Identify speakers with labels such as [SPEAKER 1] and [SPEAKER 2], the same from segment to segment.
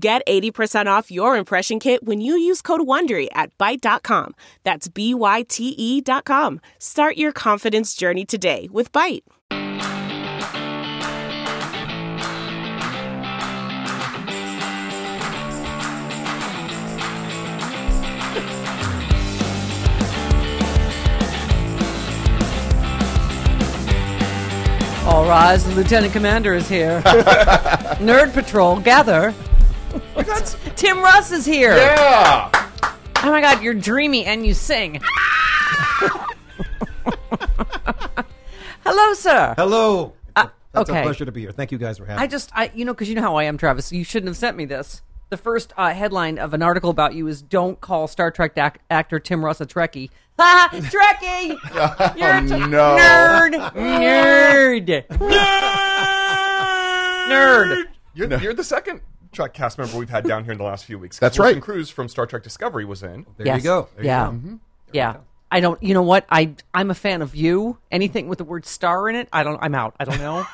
[SPEAKER 1] Get 80% off your impression kit when you use code WONDERY at Byte.com. That's B-Y-T-E E dot com. Start your confidence journey today with Byte.
[SPEAKER 2] All rise, the Lieutenant Commander is here. Nerd Patrol, gather. Tim Russ is here.
[SPEAKER 3] Yeah.
[SPEAKER 2] Oh my god, you're dreamy and you sing. Hello, sir.
[SPEAKER 4] Hello. That's
[SPEAKER 2] Uh, okay.
[SPEAKER 4] a pleasure to be here. Thank you guys for having
[SPEAKER 2] I
[SPEAKER 4] me.
[SPEAKER 2] just, I, you know, because you know how I am, Travis. You shouldn't have sent me this. The first uh, headline of an article about you is "Don't call Star Trek ac- actor Tim Russ a Trekkie." Ha! Trekkie, you're a t-
[SPEAKER 3] no.
[SPEAKER 2] nerd, nerd, nerd.
[SPEAKER 5] You're, you're the second Trek cast member we've had down here in the last few weeks.
[SPEAKER 3] That's
[SPEAKER 5] Wilson
[SPEAKER 3] right.
[SPEAKER 5] Cruz from Star Trek Discovery was in.
[SPEAKER 4] Oh, There
[SPEAKER 2] Yes.
[SPEAKER 4] you go. Mm-hmm. There you
[SPEAKER 2] yeah. Yeah.
[SPEAKER 4] go.
[SPEAKER 2] I don't. You know what? I I'm a fan of you. Anything with the word star in it, I don't. I'm out. I don't know.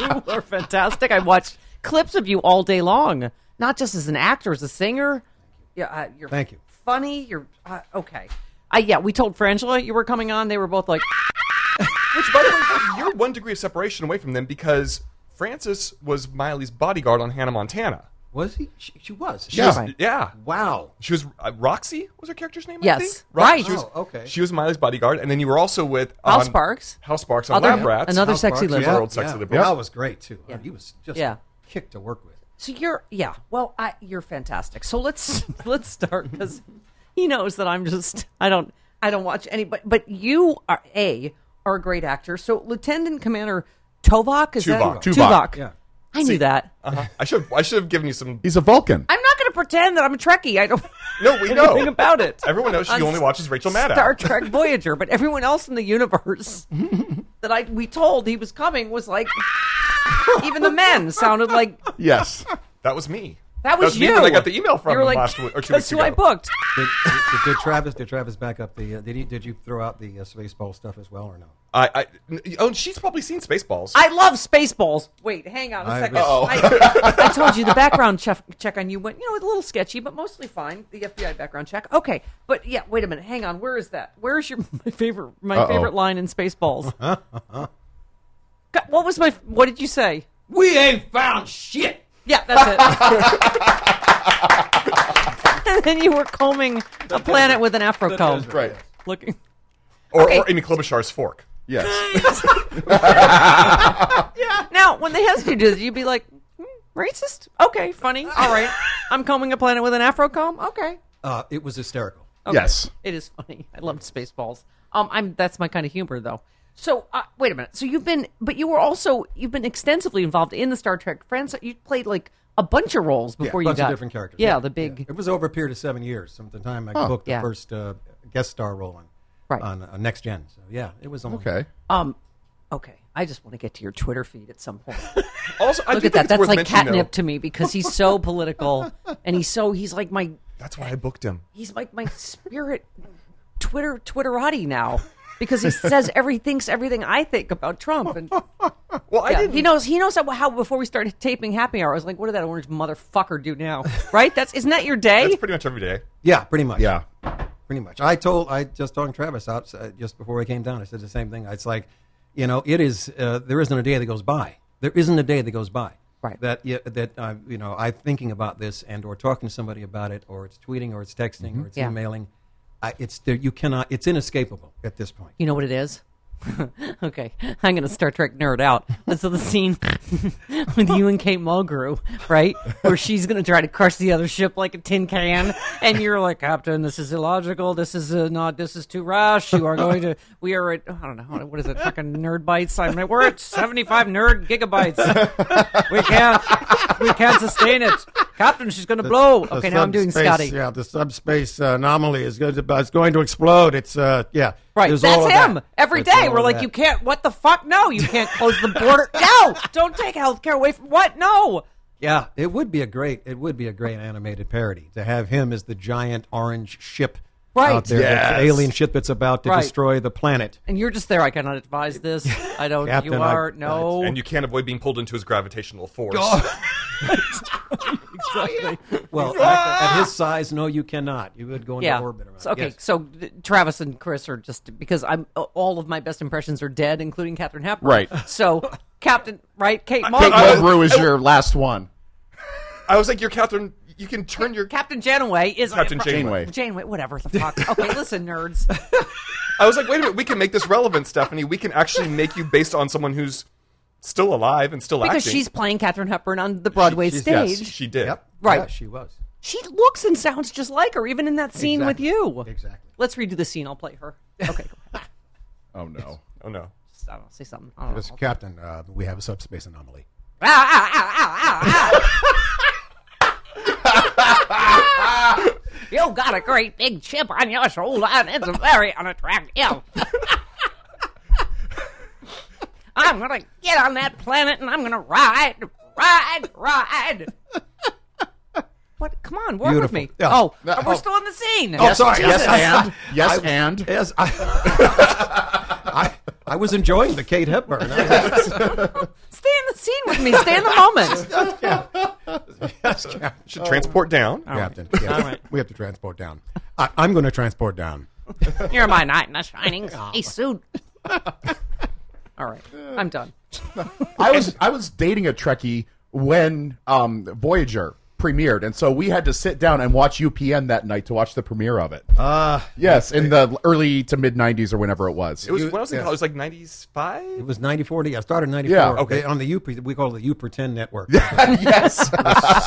[SPEAKER 2] you are fantastic. I watched clips of you all day long, not just as an actor, as a singer. Yeah. Uh, you're.
[SPEAKER 4] Thank you.
[SPEAKER 2] Funny. You're uh, okay. I yeah. We told Frangela you were coming on. They were both like,
[SPEAKER 5] Which, by the way, you're one degree of separation away from them because Francis was Miley's bodyguard on Hannah Montana.
[SPEAKER 4] Was he? She, she was. She
[SPEAKER 5] Yeah.
[SPEAKER 4] was-
[SPEAKER 5] Yeah.
[SPEAKER 4] Wow.
[SPEAKER 5] She was uh, Roxy. Was her character's name?
[SPEAKER 2] Yes.
[SPEAKER 5] I think?
[SPEAKER 2] Right.
[SPEAKER 5] She was,
[SPEAKER 4] Oh, okay.
[SPEAKER 5] She was Miley's bodyguard, and then you were also with
[SPEAKER 2] House
[SPEAKER 5] on-
[SPEAKER 2] Sparks.
[SPEAKER 5] House Sparks on
[SPEAKER 2] Other-
[SPEAKER 5] Lab Rats.
[SPEAKER 2] another
[SPEAKER 4] House
[SPEAKER 2] sexy
[SPEAKER 4] Sparks,
[SPEAKER 2] liberal.
[SPEAKER 5] World sex of the book.
[SPEAKER 4] Wow was great too. I mean, he was just
[SPEAKER 2] Yeah.
[SPEAKER 4] a kick to work with.
[SPEAKER 2] So you're yeah. Well, I, you're fantastic. So let's let's start because he knows that I'm just I don't I don't watch any. But but you are a are a great actor. So Lieutenant Commander Tovak is
[SPEAKER 5] Tuvok.
[SPEAKER 2] that
[SPEAKER 5] Tuvok.
[SPEAKER 4] Yeah.
[SPEAKER 2] I knew that.
[SPEAKER 5] Uh-huh. I should I should have given you some.
[SPEAKER 3] He's a Vulcan.
[SPEAKER 2] I'm not going to pretend that I'm a Trekkie. I don't
[SPEAKER 5] um, No, we
[SPEAKER 2] anything
[SPEAKER 5] know
[SPEAKER 2] about it.
[SPEAKER 5] Everyone knows she
[SPEAKER 2] On
[SPEAKER 5] only watches Rachel Maddow.
[SPEAKER 2] Star Trek Voyager, but everyone else in the universe that I we told he was coming was like even the men sounded like
[SPEAKER 3] Yes.
[SPEAKER 5] That was me.
[SPEAKER 2] that was,
[SPEAKER 5] me
[SPEAKER 2] you.
[SPEAKER 5] when I got the email from
[SPEAKER 2] you were
[SPEAKER 5] him
[SPEAKER 2] like,
[SPEAKER 5] last week or two
[SPEAKER 2] "Guess
[SPEAKER 5] weeks
[SPEAKER 2] who
[SPEAKER 5] ago.
[SPEAKER 2] I booked.
[SPEAKER 4] Did, did, did Travis? Did Travis back up the? Uh, did he? Did you throw out the uh, Spaceball stuff as well or no?
[SPEAKER 5] I, I oh, and she's probably seen Spaceballs.
[SPEAKER 2] I love Spaceballs. Wait, hang on a
[SPEAKER 4] I
[SPEAKER 2] second.
[SPEAKER 4] was-
[SPEAKER 2] I, I told you the background check, check on you went, you know, a little sketchy, but mostly fine. The FBI background check. Okay, but yeah, wait a minute. Hang on. Where is that? Where is your my favorite my
[SPEAKER 3] Uh-oh.
[SPEAKER 2] favorite line in Spaceballs? God, what was my? What did you say?
[SPEAKER 6] We ain't found shit.
[SPEAKER 2] Yeah, that's it. and then you were combing a planet with an afro comb,
[SPEAKER 3] Right.
[SPEAKER 2] looking.
[SPEAKER 5] or,
[SPEAKER 2] okay.
[SPEAKER 5] or Amy Klobuchar's fork.
[SPEAKER 3] Yes.
[SPEAKER 2] Now, when they ask you to do this, you'd be like, "Hmm, racist? Okay, funny. All right. I'm combing a planet with an afro comb. Okay.
[SPEAKER 4] Uh, it was hysterical.
[SPEAKER 2] Okay.
[SPEAKER 3] Yes.
[SPEAKER 2] It is funny. I love Spaceballs. Um, I'm that's my kind of humor though. So uh, wait a minute. So you've been, but you were also you've been extensively involved in the Star Trek friends. You played like a bunch of roles before
[SPEAKER 4] a
[SPEAKER 2] you
[SPEAKER 4] bunch
[SPEAKER 2] got
[SPEAKER 4] of different characters.
[SPEAKER 2] Yeah, the big.
[SPEAKER 4] It was over a period of seven years. From the time I booked the
[SPEAKER 2] yeah.
[SPEAKER 4] first uh, guest star role on,
[SPEAKER 2] Right.
[SPEAKER 4] on uh, Next Gen. So yeah, it was only
[SPEAKER 3] Okay.
[SPEAKER 2] Um, okay. I just want to get to your Twitter feed at some point.
[SPEAKER 5] Also, I
[SPEAKER 2] Look
[SPEAKER 5] do
[SPEAKER 2] at
[SPEAKER 5] think
[SPEAKER 2] that.
[SPEAKER 5] it's
[SPEAKER 2] That's
[SPEAKER 5] worth
[SPEAKER 2] like
[SPEAKER 5] mentioning, though,
[SPEAKER 2] catnip to me because he's so political and he's so he's like my
[SPEAKER 5] That's why I booked him.
[SPEAKER 2] he's like my spirit Twitter Twitterati now because he says every thinks everything I think about Trump and.
[SPEAKER 5] Well, I
[SPEAKER 2] Yeah,
[SPEAKER 5] didn't.
[SPEAKER 2] he knows. He knows how, how. Before we started taping Happy Hour, I was like, "What did that orange motherfucker do now?" Right? That's isn't that your day?
[SPEAKER 5] That's pretty much every day.
[SPEAKER 4] Yeah, pretty much.
[SPEAKER 3] Yeah.
[SPEAKER 4] pretty much. I told I just told Travis out uh, just before we came down. I said the same thing. It's like, you know, it is. Uh, there isn't a day that goes by. There isn't a day that goes by
[SPEAKER 2] Right.
[SPEAKER 4] That yeah, that uh, you know, I'm thinking about this and or talking to somebody about it, or it's tweeting, or it's texting, or it's
[SPEAKER 2] Mm-hmm. Yeah.
[SPEAKER 4] emailing. I, it's there. You cannot. It's inescapable at this point.
[SPEAKER 2] You know what it is? okay, I'm going to Star Trek nerd out. This is the scene with you and Kate Mulgrew, right? Where she's going to try to crush the other ship like a tin can, and you're like, Captain, this is illogical. This is uh, not. This is too rash. You are going to. We are at. I don't know. What is it? Fucking nerd bytes. I mean, we're at 75 nerd gigabytes. We can't. We can't sustain it, Captain. She's going to blow.
[SPEAKER 3] The
[SPEAKER 2] Oh, Okay, now I'm doing
[SPEAKER 3] subspace-
[SPEAKER 2] Scotty.
[SPEAKER 3] Yeah, the subspace uh, anomaly is going to, it's going to explode. It's uh, yeah.
[SPEAKER 2] Right,
[SPEAKER 3] There's all
[SPEAKER 2] that's
[SPEAKER 3] of
[SPEAKER 2] him.
[SPEAKER 3] that.
[SPEAKER 2] Every
[SPEAKER 3] There's
[SPEAKER 2] day
[SPEAKER 3] all
[SPEAKER 2] we're
[SPEAKER 3] of
[SPEAKER 2] like,
[SPEAKER 3] that.
[SPEAKER 2] you can't. What the fuck? No, you can't close the border. no, don't take healthcare away from what? No.
[SPEAKER 4] Yeah, it would be a great. It would be a great animated parody to have him as the giant orange ship
[SPEAKER 2] Right.
[SPEAKER 4] out there, that's
[SPEAKER 5] Yes.
[SPEAKER 4] the alien ship that's about to
[SPEAKER 2] Right.
[SPEAKER 4] destroy the planet.
[SPEAKER 2] And you're just there. I cannot advise this. I don't.
[SPEAKER 4] Captain,
[SPEAKER 2] you
[SPEAKER 4] I-
[SPEAKER 2] are no.
[SPEAKER 5] And you can't avoid being pulled into his gravitational force.
[SPEAKER 4] Well, at, at his size, no, you cannot. You would go into
[SPEAKER 2] Ah! yeah.
[SPEAKER 4] orbit. Around.
[SPEAKER 2] So, okay,
[SPEAKER 4] Yes.
[SPEAKER 2] so th- Travis and Chris are just because I'm all of my best impressions are dead, including Catherine Hepburn.
[SPEAKER 3] Right.
[SPEAKER 2] So Captain, right? Kate
[SPEAKER 3] Kate
[SPEAKER 2] Mulgrew,
[SPEAKER 3] Mulgrew is your last one.
[SPEAKER 5] I was like, you're Catherine. You can turn your.
[SPEAKER 2] Captain Janeway is
[SPEAKER 5] Captain Janeway.
[SPEAKER 2] Janeway, whatever the fuck. Okay, listen, nerds.
[SPEAKER 5] I was like, wait a minute. We can make this relevant, Stephanie. We can actually make you based on someone who's still alive and still
[SPEAKER 2] Because
[SPEAKER 5] acting.
[SPEAKER 2] she's playing Catherine Hepburn on the Broadway
[SPEAKER 3] she's- yes,
[SPEAKER 2] stage.
[SPEAKER 5] she did.
[SPEAKER 4] Yep.
[SPEAKER 2] Right.
[SPEAKER 4] Yeah, she was.
[SPEAKER 2] She looks and sounds just like her, even in that scene
[SPEAKER 4] Exactly.
[SPEAKER 2] with you.
[SPEAKER 4] Exactly.
[SPEAKER 2] Let's redo the scene. I'll play her. Okay, go ahead. Ah,
[SPEAKER 3] Oh no.
[SPEAKER 5] Oh no.
[SPEAKER 2] I don't know, say something. I don't know. Ah,
[SPEAKER 3] Mr. Captain, uh, we have a subspace anomaly.
[SPEAKER 2] Ow, ow, ow, ow, ah, ow, ow. ah, you got a great big chip on your shoulder, and it's very unattractive. I'm gonna get on that planet, and I'm gonna ride, ride, ride. What? Come on, work with
[SPEAKER 4] Beautiful.
[SPEAKER 2] me.
[SPEAKER 4] Yeah.
[SPEAKER 2] Oh,
[SPEAKER 3] No,
[SPEAKER 2] we're
[SPEAKER 3] oh.
[SPEAKER 2] still in the scene.
[SPEAKER 3] Oh, sorry. Yes,
[SPEAKER 4] Jesus.
[SPEAKER 3] and yes,
[SPEAKER 4] I-
[SPEAKER 3] and
[SPEAKER 4] Yes, I, I, I was enjoying the Kate Hepburn. I was-
[SPEAKER 2] Stay in the scene with me. Stay in the moment.
[SPEAKER 3] yes, Captain.
[SPEAKER 5] Should transport down.
[SPEAKER 3] Captain. Yes. We have to transport down. I, I'm going to transport down.
[SPEAKER 2] You're my knight in a shining sea suit. All right, I'm done.
[SPEAKER 7] I was I was dating a Trekkie when um, Voyager premiered, and so we had to sit down and watch UPN that night to watch the premiere of it. Ah, yes, in the early to mid '90s or whenever it was.
[SPEAKER 5] It was when I was in college, it was like 95?
[SPEAKER 4] it was 94. I started in 94.
[SPEAKER 7] Yeah,
[SPEAKER 5] okay.
[SPEAKER 4] They- on the U, we call it the U Pretend Network.
[SPEAKER 7] yes,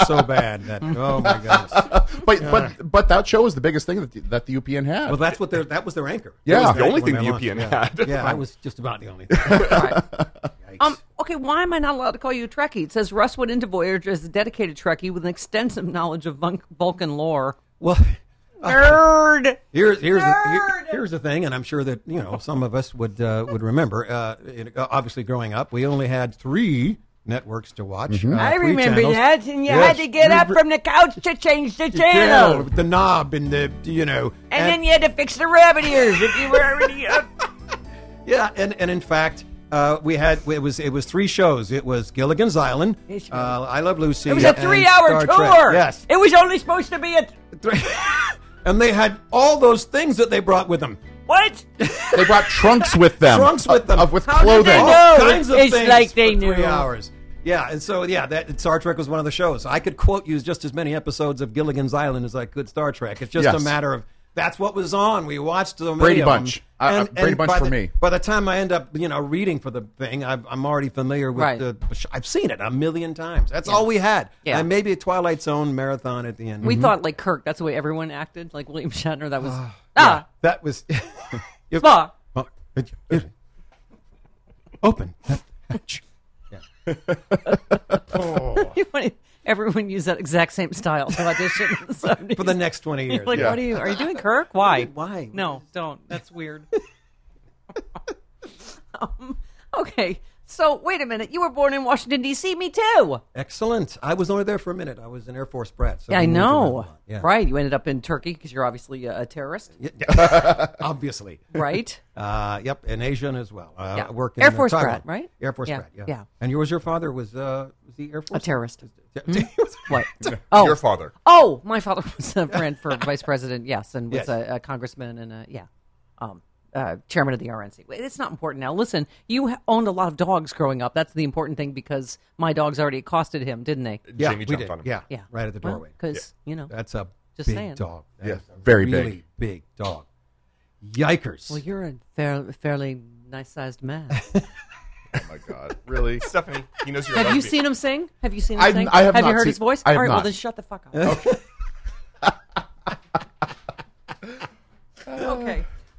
[SPEAKER 4] so bad that oh my gosh.
[SPEAKER 7] but but but that show was the biggest thing that the, that the UPN had.
[SPEAKER 4] Well, that's what their that was their anchor.
[SPEAKER 7] Yeah.
[SPEAKER 4] That was
[SPEAKER 7] The
[SPEAKER 4] anchor
[SPEAKER 5] only
[SPEAKER 4] when
[SPEAKER 5] thing
[SPEAKER 4] they
[SPEAKER 5] the
[SPEAKER 4] launched.
[SPEAKER 5] UPN
[SPEAKER 4] yeah.
[SPEAKER 5] had.
[SPEAKER 4] Yeah, I was just about the only thing.
[SPEAKER 2] All right. Um, okay, why am I not allowed to call you a Trekkie? It says Russ went into Voyager as a dedicated Trekkie with an extensive knowledge of Vul- Vulcan lore.
[SPEAKER 4] well, uh,
[SPEAKER 2] Nerd!
[SPEAKER 4] here's here's the, here-
[SPEAKER 2] Nerd!
[SPEAKER 4] here's the thing, and I'm sure that you know some of us would uh, would remember. Uh, it, uh, obviously, growing up, we only had three networks to watch.
[SPEAKER 5] Mm-hmm.
[SPEAKER 4] uh,
[SPEAKER 2] I
[SPEAKER 4] three
[SPEAKER 2] remember
[SPEAKER 4] channels.
[SPEAKER 2] that, and you
[SPEAKER 4] Yes.
[SPEAKER 2] had to get
[SPEAKER 4] You
[SPEAKER 2] up
[SPEAKER 4] re-
[SPEAKER 2] from the couch to change the
[SPEAKER 4] Yeah,
[SPEAKER 2] channel.
[SPEAKER 4] with the knob and the you know
[SPEAKER 2] And then you had to fix the rabbit ears if you were already up.
[SPEAKER 4] Yeah, and, and in fact, uh, we had it was it was three shows. It was Gilligan's Island,
[SPEAKER 2] Yes, you
[SPEAKER 4] uh, I Love Lucy.
[SPEAKER 2] It was a
[SPEAKER 4] and
[SPEAKER 2] three hour
[SPEAKER 4] Star Trek.
[SPEAKER 2] tour.
[SPEAKER 4] Yes,
[SPEAKER 2] It was only supposed to be a.
[SPEAKER 4] Three- and they had all those things that they brought with them.
[SPEAKER 2] What?
[SPEAKER 7] they brought trunks with them.
[SPEAKER 4] Trunks with them.
[SPEAKER 7] Uh, with
[SPEAKER 2] How did
[SPEAKER 7] clothing.
[SPEAKER 2] they know?
[SPEAKER 4] All
[SPEAKER 2] No,
[SPEAKER 4] kinds of
[SPEAKER 2] it's
[SPEAKER 4] things
[SPEAKER 2] like they
[SPEAKER 4] for
[SPEAKER 2] knew.
[SPEAKER 4] three hours. Yeah, and so yeah, that Star Trek was one of the shows. I could quote you just as many episodes of Gilligan's Island as I could Star Trek. It's just
[SPEAKER 7] Yes.
[SPEAKER 4] a matter of that's what was on. We watched so many
[SPEAKER 7] Brady
[SPEAKER 4] of them.
[SPEAKER 7] Bunch. I- I- Brady Bunch
[SPEAKER 4] by
[SPEAKER 7] for
[SPEAKER 4] the-
[SPEAKER 7] me.
[SPEAKER 4] By the time I end up, you know, reading for the thing, I've, I'm already familiar with
[SPEAKER 2] Right.
[SPEAKER 4] the. I've seen it a million times. That's all we had.
[SPEAKER 2] Yeah.
[SPEAKER 4] and maybe a Twilight Zone marathon at the end. Mm-hmm.
[SPEAKER 2] We thought like Kirk. That's the way everyone acted. Like William Shatner. That was
[SPEAKER 4] Yeah,
[SPEAKER 2] ah
[SPEAKER 4] that was. If-
[SPEAKER 2] bah.
[SPEAKER 4] Oh, it- it- open. that hatch.
[SPEAKER 2] Everyone used that exact same style to audition in the 70s.
[SPEAKER 4] for the next twenty years.
[SPEAKER 2] like,
[SPEAKER 7] Yeah.
[SPEAKER 2] what are you? Are you doing Kirk? Why?
[SPEAKER 4] Why?
[SPEAKER 2] No, don't. That's weird. um, okay, so wait a minute. You were born in Washington D.C. Me too.
[SPEAKER 4] Excellent. I was only there for a minute. I was an Air Force brat. So
[SPEAKER 2] Yeah, I
[SPEAKER 4] moved around a
[SPEAKER 2] know.
[SPEAKER 4] lot. Yeah.
[SPEAKER 2] Right. You ended up in Turkey because you're obviously a, a terrorist,
[SPEAKER 4] Obviously.
[SPEAKER 2] right?
[SPEAKER 4] Uh, yep, and Asian as well. Uh,
[SPEAKER 2] Yeah.
[SPEAKER 4] I Work in
[SPEAKER 2] Air
[SPEAKER 4] uh,
[SPEAKER 2] Force
[SPEAKER 4] Taiwan.
[SPEAKER 2] brat, right?
[SPEAKER 4] Air Force
[SPEAKER 2] Yeah.
[SPEAKER 4] brat. Yeah.
[SPEAKER 2] Yeah.
[SPEAKER 4] And yours, your father was uh, was he Air
[SPEAKER 2] a
[SPEAKER 4] Force?
[SPEAKER 2] terrorist. Hmm?
[SPEAKER 4] terrorist.
[SPEAKER 2] What? Oh,
[SPEAKER 5] Your father.
[SPEAKER 2] Oh, my father was a friend for vice president, yes, and was
[SPEAKER 4] Yes.
[SPEAKER 2] a, a congressman and a yeah. Um, uh, chairman of the RNC. It's not important now. Listen, you ha- owned a lot of dogs growing up. That's the important thing because my dogs already accosted him, didn't they?
[SPEAKER 4] Yeah,
[SPEAKER 5] Jamie
[SPEAKER 4] we
[SPEAKER 5] jumped
[SPEAKER 4] did.
[SPEAKER 5] on him.
[SPEAKER 4] Yeah,
[SPEAKER 2] Yeah.
[SPEAKER 4] right at the doorway.
[SPEAKER 2] Because, you know,
[SPEAKER 4] That's a
[SPEAKER 2] Just
[SPEAKER 4] big
[SPEAKER 2] saying.
[SPEAKER 4] dog. That
[SPEAKER 7] Yeah,
[SPEAKER 4] is a
[SPEAKER 7] very big.
[SPEAKER 4] really big dog. Yikers!
[SPEAKER 2] well, you're a fair, fairly nice sized man.
[SPEAKER 7] Oh my god, really?
[SPEAKER 5] Stephanie, he knows you're a
[SPEAKER 2] have you
[SPEAKER 5] lesbian.
[SPEAKER 2] seen him sing? Have you seen him
[SPEAKER 7] I-
[SPEAKER 2] sing?
[SPEAKER 7] I have
[SPEAKER 2] you
[SPEAKER 7] not
[SPEAKER 2] heard
[SPEAKER 7] seen-
[SPEAKER 2] his voice?
[SPEAKER 7] I have
[SPEAKER 2] All right, well,
[SPEAKER 7] not.
[SPEAKER 2] then shut the fuck up. Okay.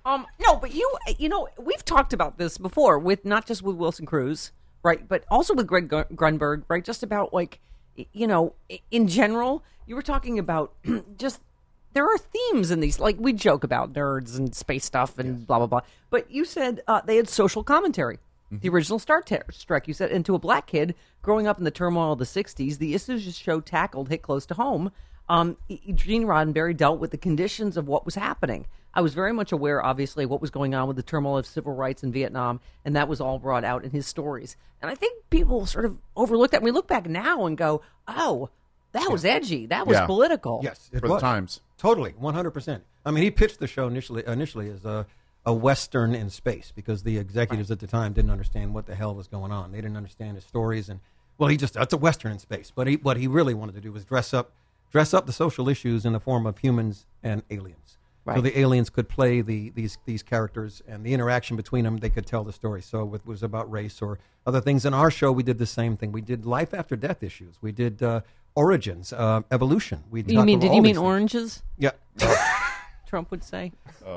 [SPEAKER 2] Um, no, but you, you know, we've talked about this before with not just with Wilson Cruz, right, but also with Greg Gr- Grunberg, right, just about like, y- you know, i- in general, you were talking about just there are themes in these. Like we joke about nerds and space stuff and blah blah blah. But you said uh, they had social commentary. The
[SPEAKER 4] Mm-hmm.
[SPEAKER 2] original Star Ter- Trek, you said, and to a black kid growing up in the turmoil of the '60s, the issues the show tackled hit close to home. Um, E- E- Gene Roddenberry dealt with the conditions of what was happening. I was very much aware, obviously, what was going on with the turmoil of civil rights in Vietnam, and that was all brought out in his stories. And I think people sort of overlook that. We look back now and go, "Oh, that was edgy. That was
[SPEAKER 7] Yeah.
[SPEAKER 2] political."
[SPEAKER 4] Yes, it
[SPEAKER 7] For the
[SPEAKER 4] was.
[SPEAKER 7] times.
[SPEAKER 4] Totally, one hundred percent. I mean, he pitched the show initially initially as a a western in space because the executives at the time didn't understand what the hell was going on. They didn't understand his stories, and well, he just that's a western in space. But he, what he really wanted to do was dress up dress up the social issues in the form of humans and aliens. So
[SPEAKER 2] Right.
[SPEAKER 4] the aliens could play the these these characters and the interaction between them. They could tell the story. So it was about race or other things. In our show, we did the same thing. We did life after death issues. We did uh, origins, uh, evolution. We
[SPEAKER 2] You
[SPEAKER 4] talked
[SPEAKER 2] mean?
[SPEAKER 4] about
[SPEAKER 2] Did
[SPEAKER 4] all
[SPEAKER 2] you mean
[SPEAKER 4] these things.
[SPEAKER 2] oranges?
[SPEAKER 4] Yeah.
[SPEAKER 2] Trump would say.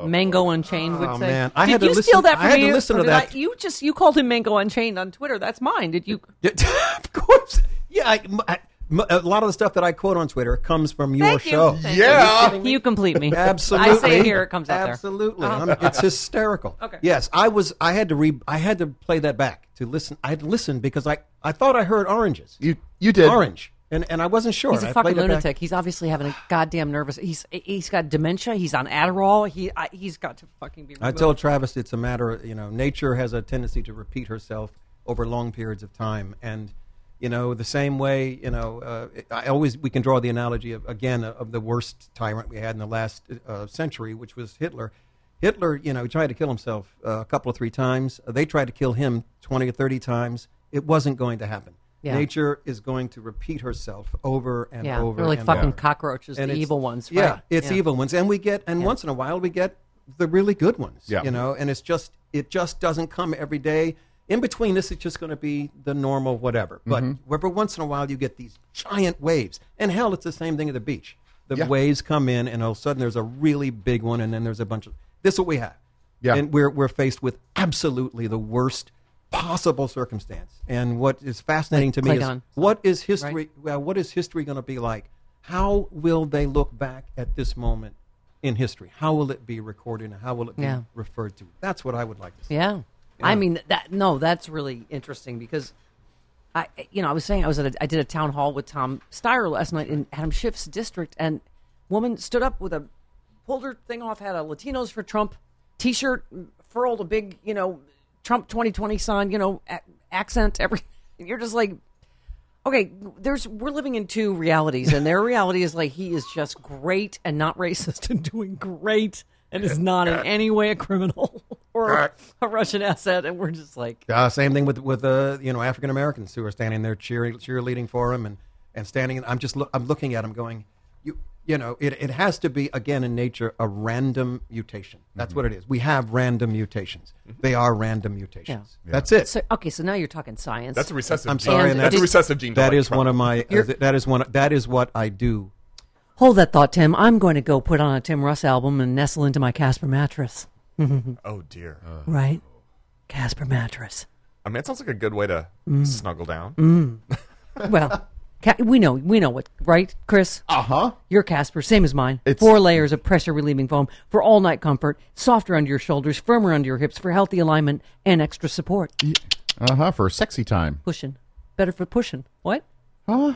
[SPEAKER 2] Mango Unchained would
[SPEAKER 4] Oh,
[SPEAKER 2] say.
[SPEAKER 4] man. I
[SPEAKER 2] did
[SPEAKER 4] had to
[SPEAKER 2] you
[SPEAKER 4] listen-
[SPEAKER 2] steal that
[SPEAKER 4] I
[SPEAKER 2] from
[SPEAKER 4] had to
[SPEAKER 2] me?
[SPEAKER 4] listen
[SPEAKER 2] Or
[SPEAKER 4] to
[SPEAKER 2] did
[SPEAKER 4] that.
[SPEAKER 2] I- you just you called him Mango Unchained on Twitter. That's mine. Did you?
[SPEAKER 4] Yeah, of course. Yeah, I m I m a lot of the stuff that I quote on Twitter comes from your
[SPEAKER 2] Thank you.
[SPEAKER 4] show.
[SPEAKER 2] Thank
[SPEAKER 7] Yeah.
[SPEAKER 2] You, you complete me.
[SPEAKER 4] Absolutely.
[SPEAKER 2] I say it here. It comes out there. Uh-huh.
[SPEAKER 4] Absolutely. I'm- It's hysterical.
[SPEAKER 2] Okay.
[SPEAKER 4] Yes, I was. I had to re. I had to play that back to listen. I listened because I I thought I heard oranges.
[SPEAKER 7] You you did
[SPEAKER 4] orange, and and I wasn't sure.
[SPEAKER 2] He's
[SPEAKER 4] I
[SPEAKER 2] a fucking
[SPEAKER 4] played it back.
[SPEAKER 2] lunatic. He's obviously having a goddamn nervous. He's he's got dementia. He's on Adderall. He I, he's got to fucking be.
[SPEAKER 4] I
[SPEAKER 2] removed.
[SPEAKER 4] told Travis it's a matter of, you know, nature has a tendency to repeat herself over long periods of time. And, you know, the same way, you know, uh, I always, we can draw the analogy of, again, uh, of the worst tyrant we had in the last uh, century, which was Hitler. Hitler, you know, tried to kill himself uh, a couple of three times. They tried to kill him 20 or 30 times. It wasn't going to happen.
[SPEAKER 2] Yeah.
[SPEAKER 4] Nature is going to repeat herself over and
[SPEAKER 2] Yeah,
[SPEAKER 4] over.
[SPEAKER 2] they're like
[SPEAKER 4] and
[SPEAKER 2] fucking
[SPEAKER 4] over.
[SPEAKER 2] cockroaches, the
[SPEAKER 4] it's-
[SPEAKER 2] evil ones, right?
[SPEAKER 4] Yeah, it's
[SPEAKER 2] Yeah.
[SPEAKER 4] evil evil ones, and we get, and once in a while we get the really good ones.
[SPEAKER 7] Yeah.
[SPEAKER 4] you know, and it's just it just doesn't come every day. In between this, it's just going to be the normal whatever. But
[SPEAKER 7] Mm-hmm.
[SPEAKER 4] every once in a while, you get these giant waves, and hell, it's the same thing at the beach. The
[SPEAKER 7] Yeah.
[SPEAKER 4] waves come in, and all of a sudden there's a really big one, and then there's a bunch of this. Is what we have,
[SPEAKER 7] Yeah.
[SPEAKER 4] and we're we're faced with absolutely the worst possible circumstance. And what is fascinating to me
[SPEAKER 2] Klingon.
[SPEAKER 4] is what is history? Well, what is history going to be like? How will they look back at this moment in history? How will it be recorded? And how will it be
[SPEAKER 2] Yeah.
[SPEAKER 4] referred to? That's what I would like to see.
[SPEAKER 2] Yeah. I mean that no, that's really interesting because I you know, I was saying I was at a, I did a town hall with Tom Steyer last night in Adam Schiff's district and woman stood up with a pulled her thing off, had a Latinos for Trump t-shirt, furled a big, you know, Trump 2020 sign, you know, a- accent every and you're just like okay, there's we're living in two realities, and their reality is like he is just great and not racist and doing great and is not in any way a criminal or a Russian asset, and we're just like
[SPEAKER 4] Uh, same thing with with uh, you know African Americans who are standing there cheering, cheerleading for him and and standing. I'm just loo- I'm looking at him going, you you know it, it has to be again in nature a random mutation. That's what it is. We have random mutations. They are random mutations. That's it.
[SPEAKER 2] so okay. So now you're talking science.
[SPEAKER 5] That's a recessive.
[SPEAKER 4] I'm
[SPEAKER 5] gene.
[SPEAKER 4] sorry.
[SPEAKER 2] And
[SPEAKER 4] and
[SPEAKER 5] that's
[SPEAKER 4] that's-
[SPEAKER 5] a recessive gene.
[SPEAKER 4] That
[SPEAKER 5] defect.
[SPEAKER 4] is one of my. uh, th- that is one. of- That is what I do.
[SPEAKER 2] Hold that thought, Tim. I'm going to go put on a Tim Russ album and nestle into my Casper mattress.
[SPEAKER 5] Oh dear.
[SPEAKER 2] Right, Casper mattress.
[SPEAKER 5] I mean, that sounds like a good way to snuggle down.
[SPEAKER 2] Well, ca- we know we know what right, Chris.
[SPEAKER 7] Uh huh.
[SPEAKER 2] Your Casper, same as mine.
[SPEAKER 7] It's-
[SPEAKER 2] Four layers of pressure relieving foam for all night comfort, softer under your shoulders, firmer under your hips for healthy alignment and extra support.
[SPEAKER 7] Uh huh. For sexy time.
[SPEAKER 2] Pushing. Better for pushing. What? Hmm?
[SPEAKER 7] Huh?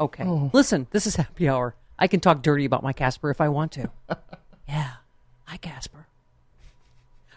[SPEAKER 7] Oh.
[SPEAKER 2] Okay. Listen, this is happy hour. I can talk dirty about my Casper if I want to. yeah. Hi, Casper.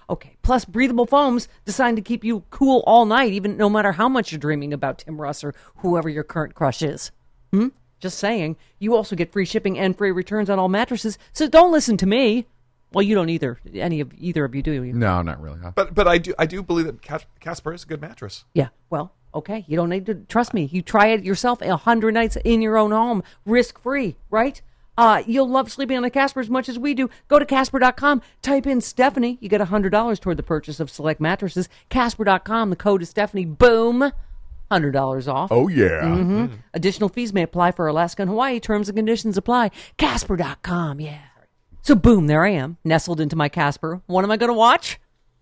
[SPEAKER 2] Okay. Plus, breathable foams designed to keep you cool all night, even no matter how much you're dreaming about Tim Russ or whoever your current crush is. Hmm? Just saying. You also get free shipping and free returns on all mattresses, so don't listen to me. Well, you don't either. Any of either of you do you?
[SPEAKER 7] No, not really. Huh?
[SPEAKER 5] But but I do I do believe that Cas- Casper is a good mattress.
[SPEAKER 2] Yeah. Well, okay. You don't need to trust me. You try it yourself a hundred nights in your own home, risk free, right? Uh, you'll love sleeping on a Casper as much as we do. Go to Casper.com, type in Stephanie. You get $100 toward the purchase of select mattresses. Casper.com, the code is Stephanie. Boom. $100 off.
[SPEAKER 7] Oh yeah.
[SPEAKER 3] Mm-hmm.
[SPEAKER 2] Mm-hmm. Additional fees may apply for Alaska and Hawaii. Terms and conditions apply. Casper.com. Yeah. So, boom, there I am, nestled into my Casper. What am I going to watch?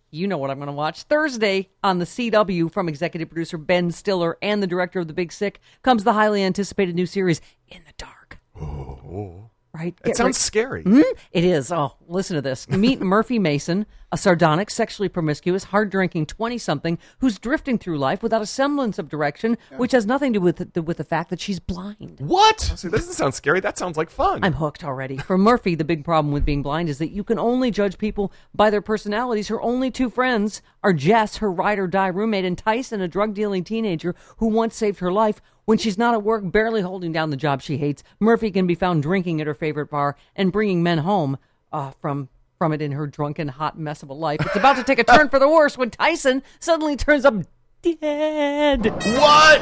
[SPEAKER 2] You know what I'm going to watch. Thursday on the CW from executive producer Ben Stiller and the director of The Big Sick comes the highly anticipated new series, In the Dark. Right?
[SPEAKER 5] Oh. It
[SPEAKER 2] Get
[SPEAKER 5] sounds
[SPEAKER 2] re-
[SPEAKER 5] scary.
[SPEAKER 2] it is. Oh, listen to this. Meet Murphy Mason, a sardonic, sexually promiscuous, hard drinking 20 something who's drifting through life without a semblance of direction, which has nothing to do with the, with the fact that she's blind.
[SPEAKER 5] What? See, that doesn't sound scary. That sounds like fun.
[SPEAKER 2] I'm hooked already. For Murphy, the big problem with being blind is that you can only judge people by their personalities. Her only two friends are Jess, her ride or die roommate, and Tyson, a drug dealing teenager who once saved her life. When she's not at work, barely holding down the job she hates, Murphy can be found drinking at her favorite bar and bringing men home uh, from from it in her drunken, hot mess of a life. It's about to take a turn for the worse when Tyson suddenly turns up dead.
[SPEAKER 5] what?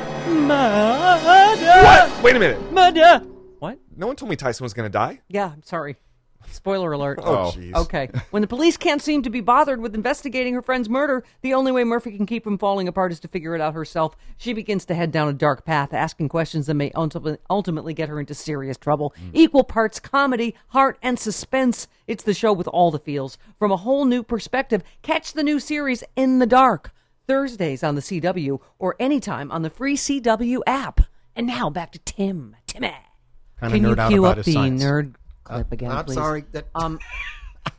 [SPEAKER 2] Murder!
[SPEAKER 5] What? Wait a minute.
[SPEAKER 2] Murder! What?
[SPEAKER 5] No one told me Tyson was going to die.
[SPEAKER 2] Yeah, I'm sorry. Spoiler alert.
[SPEAKER 5] Oh, jeez.
[SPEAKER 2] Okay. When the police can't seem to be bothered with investigating her friend's murder, the only way Murphy can keep from falling apart is to figure it out herself. She begins to head down a dark path, asking questions that may ulti- ultimately get her into serious trouble.
[SPEAKER 5] Hmm.
[SPEAKER 2] Equal parts comedy, heart, and suspense. It's the show with all the feels. From a whole new perspective, catch the new series In the Dark, Thursdays on the CW, or anytime on the free CW app. And now back to Tim. Timmy.
[SPEAKER 4] Kinda
[SPEAKER 2] Can you
[SPEAKER 4] nerd out
[SPEAKER 2] cue
[SPEAKER 4] about
[SPEAKER 2] up
[SPEAKER 4] his
[SPEAKER 2] the
[SPEAKER 4] science.
[SPEAKER 2] nerd clip again,
[SPEAKER 4] Uh, I'm
[SPEAKER 2] please?
[SPEAKER 4] sorry. That,
[SPEAKER 2] Um,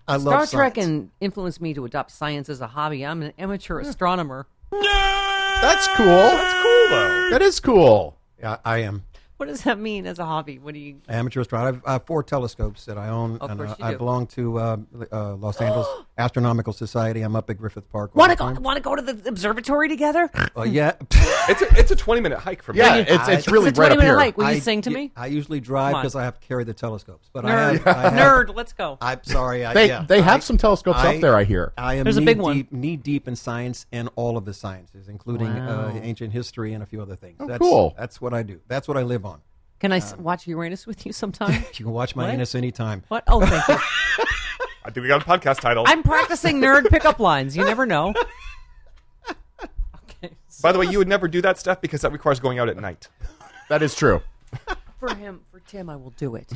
[SPEAKER 4] I
[SPEAKER 2] Star
[SPEAKER 4] love
[SPEAKER 2] Trek
[SPEAKER 4] science.
[SPEAKER 2] and influenced me to adopt science as a hobby. I'm an amateur astronomer.
[SPEAKER 7] That's cool. That's cool though. That is cool.
[SPEAKER 4] Yeah, I am.
[SPEAKER 2] What does that mean as a hobby? What do you?
[SPEAKER 4] amateur astronomer. I've uh, four telescopes that I own,
[SPEAKER 2] Of
[SPEAKER 4] and
[SPEAKER 2] course
[SPEAKER 4] uh,
[SPEAKER 2] you
[SPEAKER 4] I
[SPEAKER 2] do.
[SPEAKER 4] belong to uh, uh, Los Angeles Astronomical Society. I'm up at Griffith Park. all
[SPEAKER 2] Want to
[SPEAKER 4] the
[SPEAKER 2] go?
[SPEAKER 4] time.
[SPEAKER 2] Want to go to the observatory together?
[SPEAKER 4] Uh, yeah,
[SPEAKER 5] It's a, it's a 20 minute hike from
[SPEAKER 7] Yeah,
[SPEAKER 5] here.
[SPEAKER 7] it's it's really
[SPEAKER 2] it's a
[SPEAKER 7] right up
[SPEAKER 2] twenty-minute
[SPEAKER 7] here.
[SPEAKER 2] hike. Will
[SPEAKER 4] I-
[SPEAKER 2] you sing to
[SPEAKER 4] yeah,
[SPEAKER 2] me?
[SPEAKER 4] I usually drive
[SPEAKER 2] on.
[SPEAKER 4] because I have to carry the telescopes. But I
[SPEAKER 2] Nerd,
[SPEAKER 4] have, I have,
[SPEAKER 2] nerd, let's go.
[SPEAKER 4] I'm sorry. I,
[SPEAKER 7] They
[SPEAKER 4] yeah,
[SPEAKER 7] they have
[SPEAKER 4] I-
[SPEAKER 7] some telescopes up there. I hear.
[SPEAKER 4] I am
[SPEAKER 2] There's a
[SPEAKER 4] knee
[SPEAKER 2] big one.
[SPEAKER 4] deep, knee deep in science and all of the sciences, including uh, ancient history and a few other things. that's,
[SPEAKER 7] Oh, cool.
[SPEAKER 4] That's what I do. That's what I live on.
[SPEAKER 2] Can I s watch Uranus with you sometime?
[SPEAKER 4] You can watch my
[SPEAKER 2] What?
[SPEAKER 4] anus anytime.
[SPEAKER 2] what? Oh, thank you.
[SPEAKER 5] I think we got a podcast title.
[SPEAKER 2] I'm practicing nerd pickup lines. You never know. Okay,
[SPEAKER 5] By the way, you would never do that stuff because that requires going out at night
[SPEAKER 7] That is true.
[SPEAKER 2] for him, for Tim, I will do it.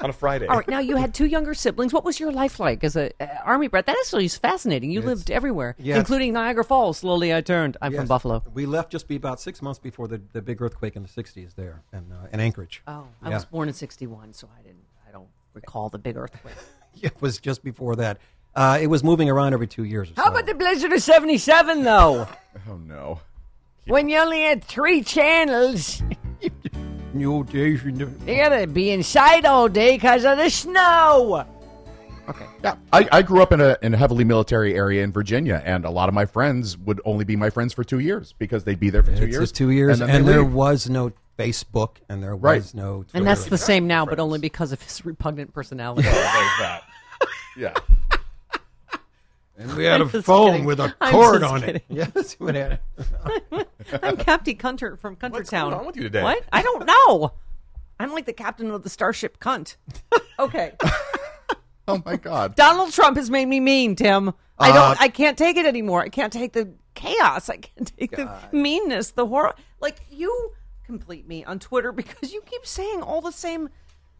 [SPEAKER 5] on a Friday.
[SPEAKER 2] All right, now you had two younger siblings. What was your life like as a uh, army brat? That actually is fascinating. You lived everywhere,
[SPEAKER 4] Yes.
[SPEAKER 2] including Niagara Falls. Slowly, I turned. I'm from
[SPEAKER 4] Yes.
[SPEAKER 2] Buffalo.
[SPEAKER 4] We left just be about six months before the, the big earthquake in the '60s there, and uh, in Anchorage.
[SPEAKER 2] Oh, I
[SPEAKER 4] Yeah.
[SPEAKER 2] was born in '61, so I didn't. I don't recall the big earthquake.
[SPEAKER 4] It was just before that. Uh, it was moving around every two years. Or
[SPEAKER 2] How
[SPEAKER 4] so.
[SPEAKER 2] about the Blizzard of '77, though?
[SPEAKER 7] Oh no.
[SPEAKER 2] when you only had three channels,
[SPEAKER 4] new days? in the-
[SPEAKER 2] you gotta be inside all day because of the snow. Okay.
[SPEAKER 7] Yeah, I, I grew up in a in a heavily military area in Virginia, and a lot of my friends would only be my friends for two years because they'd be there for two
[SPEAKER 4] It's
[SPEAKER 7] years,
[SPEAKER 4] just two years,
[SPEAKER 7] then
[SPEAKER 4] and,
[SPEAKER 7] they'd
[SPEAKER 4] there
[SPEAKER 7] leave.
[SPEAKER 4] was no Facebook, and there was
[SPEAKER 7] Right.
[SPEAKER 4] no. Twitter.
[SPEAKER 2] And that's the same now, but only because of his repugnant personality.
[SPEAKER 7] There's that. Yeah,
[SPEAKER 4] And we had a
[SPEAKER 2] just
[SPEAKER 4] phone
[SPEAKER 2] kidding.
[SPEAKER 4] with a
[SPEAKER 2] I'm
[SPEAKER 4] cord
[SPEAKER 2] just
[SPEAKER 4] on it.
[SPEAKER 2] kidding.
[SPEAKER 4] Yes, we had it.
[SPEAKER 2] I'm Captain Cunter from Cuntertown.
[SPEAKER 5] What's going on with you today?
[SPEAKER 2] What? I don't know. I'm like the captain of the starship cunt. Okay.
[SPEAKER 7] Oh my god.
[SPEAKER 2] Donald Trump has made me mean, Tim. I
[SPEAKER 4] Uh,
[SPEAKER 2] don't I can't take it anymore. I can't take the chaos. I can't take the meanness, the horror. Like you complete me on Twitter because you keep saying all the same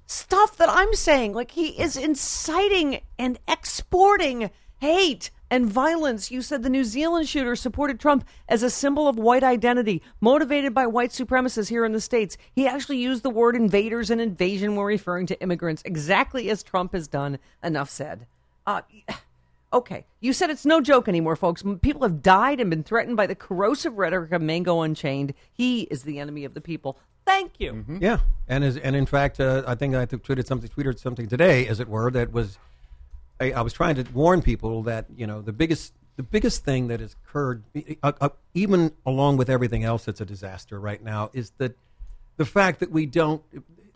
[SPEAKER 2] stuff that I'm saying. Like he is inciting and exporting hate and violence. You said the New Zealand shooter supported Trump as a symbol of white identity, motivated by white supremacists here in the States. He actually used the word invaders and invasion when referring to immigrants, exactly as Trump has done. Enough said. Uh, Okay, you said it's no joke anymore, folks. M- People have died and been threatened by the corrosive rhetoric of Mango Unchained. He is the enemy of the people. Thank you.
[SPEAKER 7] Hmm?
[SPEAKER 4] Yeah, and is, and in fact, uh, I think I th- tweeted something, tweeted something today, as it were, that was I, I was trying to warn people that you know the biggest the biggest thing that has occurred, e- e- uh, uh, even along with everything else that's a disaster right now, is that the fact that we don't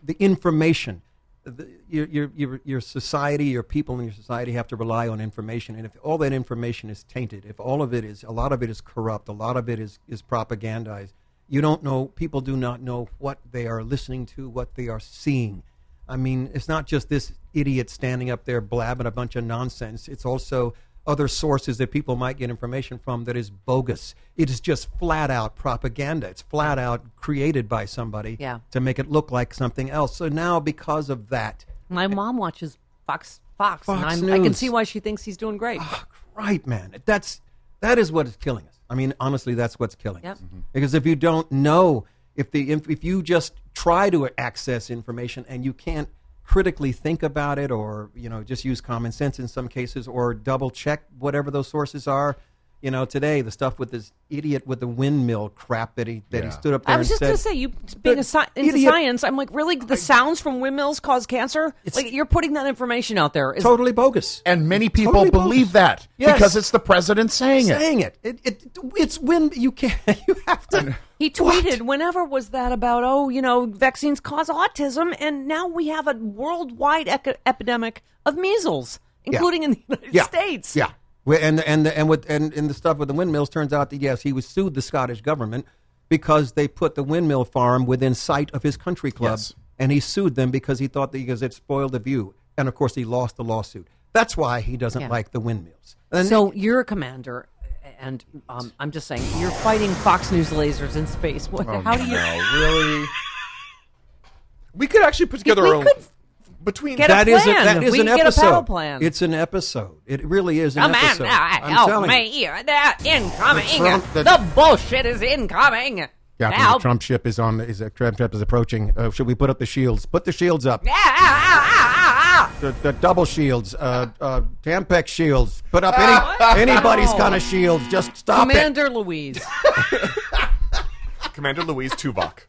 [SPEAKER 4] the information the, your, your your your society, your people in your society have to rely on information, and if all that information is tainted, if all of it is a lot of it is corrupt, a lot of it is is propagandized. You don't know. People do not know what they are listening to, what they are seeing. I mean, it's not just this idiot standing up there blabbing a bunch of nonsense. It's also other sources that people might get information from that is bogus. It is just flat out propaganda. It's flat out created by somebody
[SPEAKER 2] Yeah.
[SPEAKER 4] to make it look like something else. So now, because of that,
[SPEAKER 2] My mom watches Fox Fox, and
[SPEAKER 4] Fox
[SPEAKER 2] I'm, I can
[SPEAKER 4] News. Oh,
[SPEAKER 2] see why she thinks he's doing great.
[SPEAKER 4] right, man, that's that is what is killing us. I mean, honestly, that's what's killing
[SPEAKER 2] Yep.
[SPEAKER 4] us. Because if you don't know, if the if, if you just try to access information and you can't critically think about it, or you know, just use common sense in some cases, or double check whatever those sources are. You know, today the stuff with this idiot with the windmill crap that he that he stood up there.
[SPEAKER 2] I was
[SPEAKER 4] and
[SPEAKER 2] just going to
[SPEAKER 4] said-
[SPEAKER 2] say, you being a sci- into
[SPEAKER 4] idiot-
[SPEAKER 2] science, I'm like, really? The sounds from windmills cause cancer? Like, you're putting that information out there. Is-
[SPEAKER 4] totally bogus.
[SPEAKER 7] And many
[SPEAKER 4] Totally
[SPEAKER 7] people
[SPEAKER 4] bogus.
[SPEAKER 7] believe that
[SPEAKER 4] Yes.
[SPEAKER 7] because it's the president saying, it.
[SPEAKER 4] saying it. It, it. It's when you can't. You have to.
[SPEAKER 2] He tweeted, whenever was that about, oh, you know, vaccines cause autism, and now we have a worldwide ec- epidemic of measles, including in the United
[SPEAKER 4] Yeah.
[SPEAKER 2] States.
[SPEAKER 4] Yeah. Well, And and and with and, and the stuff with the windmills turns out that yes, he was sued the Scottish government because they put the windmill farm within sight of his country club, and he sued them because he thought that because it spoiled the view, and of course he lost the lawsuit. That's why he doesn't
[SPEAKER 2] Yeah.
[SPEAKER 4] like the windmills. And
[SPEAKER 2] So you're a commander, and um, I'm just saying, you're fighting Fox News lasers in space. What, how do you
[SPEAKER 5] No, really. We could actually put together
[SPEAKER 2] we
[SPEAKER 5] our own
[SPEAKER 2] could
[SPEAKER 5] between
[SPEAKER 2] get a
[SPEAKER 4] that is a-
[SPEAKER 2] plan.
[SPEAKER 4] that is
[SPEAKER 2] We
[SPEAKER 4] an
[SPEAKER 2] can get a
[SPEAKER 4] episode.
[SPEAKER 2] battle plan.
[SPEAKER 4] It's an episode. It really is an
[SPEAKER 2] Come on
[SPEAKER 4] episode.
[SPEAKER 2] now, I-
[SPEAKER 4] I'm
[SPEAKER 2] oh,
[SPEAKER 4] telling you.
[SPEAKER 2] my ear, that incoming.
[SPEAKER 3] The Trump-
[SPEAKER 2] the,
[SPEAKER 3] the-
[SPEAKER 2] bullshit is incoming.
[SPEAKER 3] Captain,
[SPEAKER 2] now,
[SPEAKER 3] the Trump ship is on. Is uh, Trump ship is approaching. Uh, should we put up the shields? Put the shields up.
[SPEAKER 2] Ah, ah, ah, ah, ah.
[SPEAKER 3] The, the double shields. Uh, uh, Tampax shields. Put up any anybody's kind of shields. Just stop it.
[SPEAKER 2] Ah, Commander Louise.
[SPEAKER 5] Commander Louise Tuvok.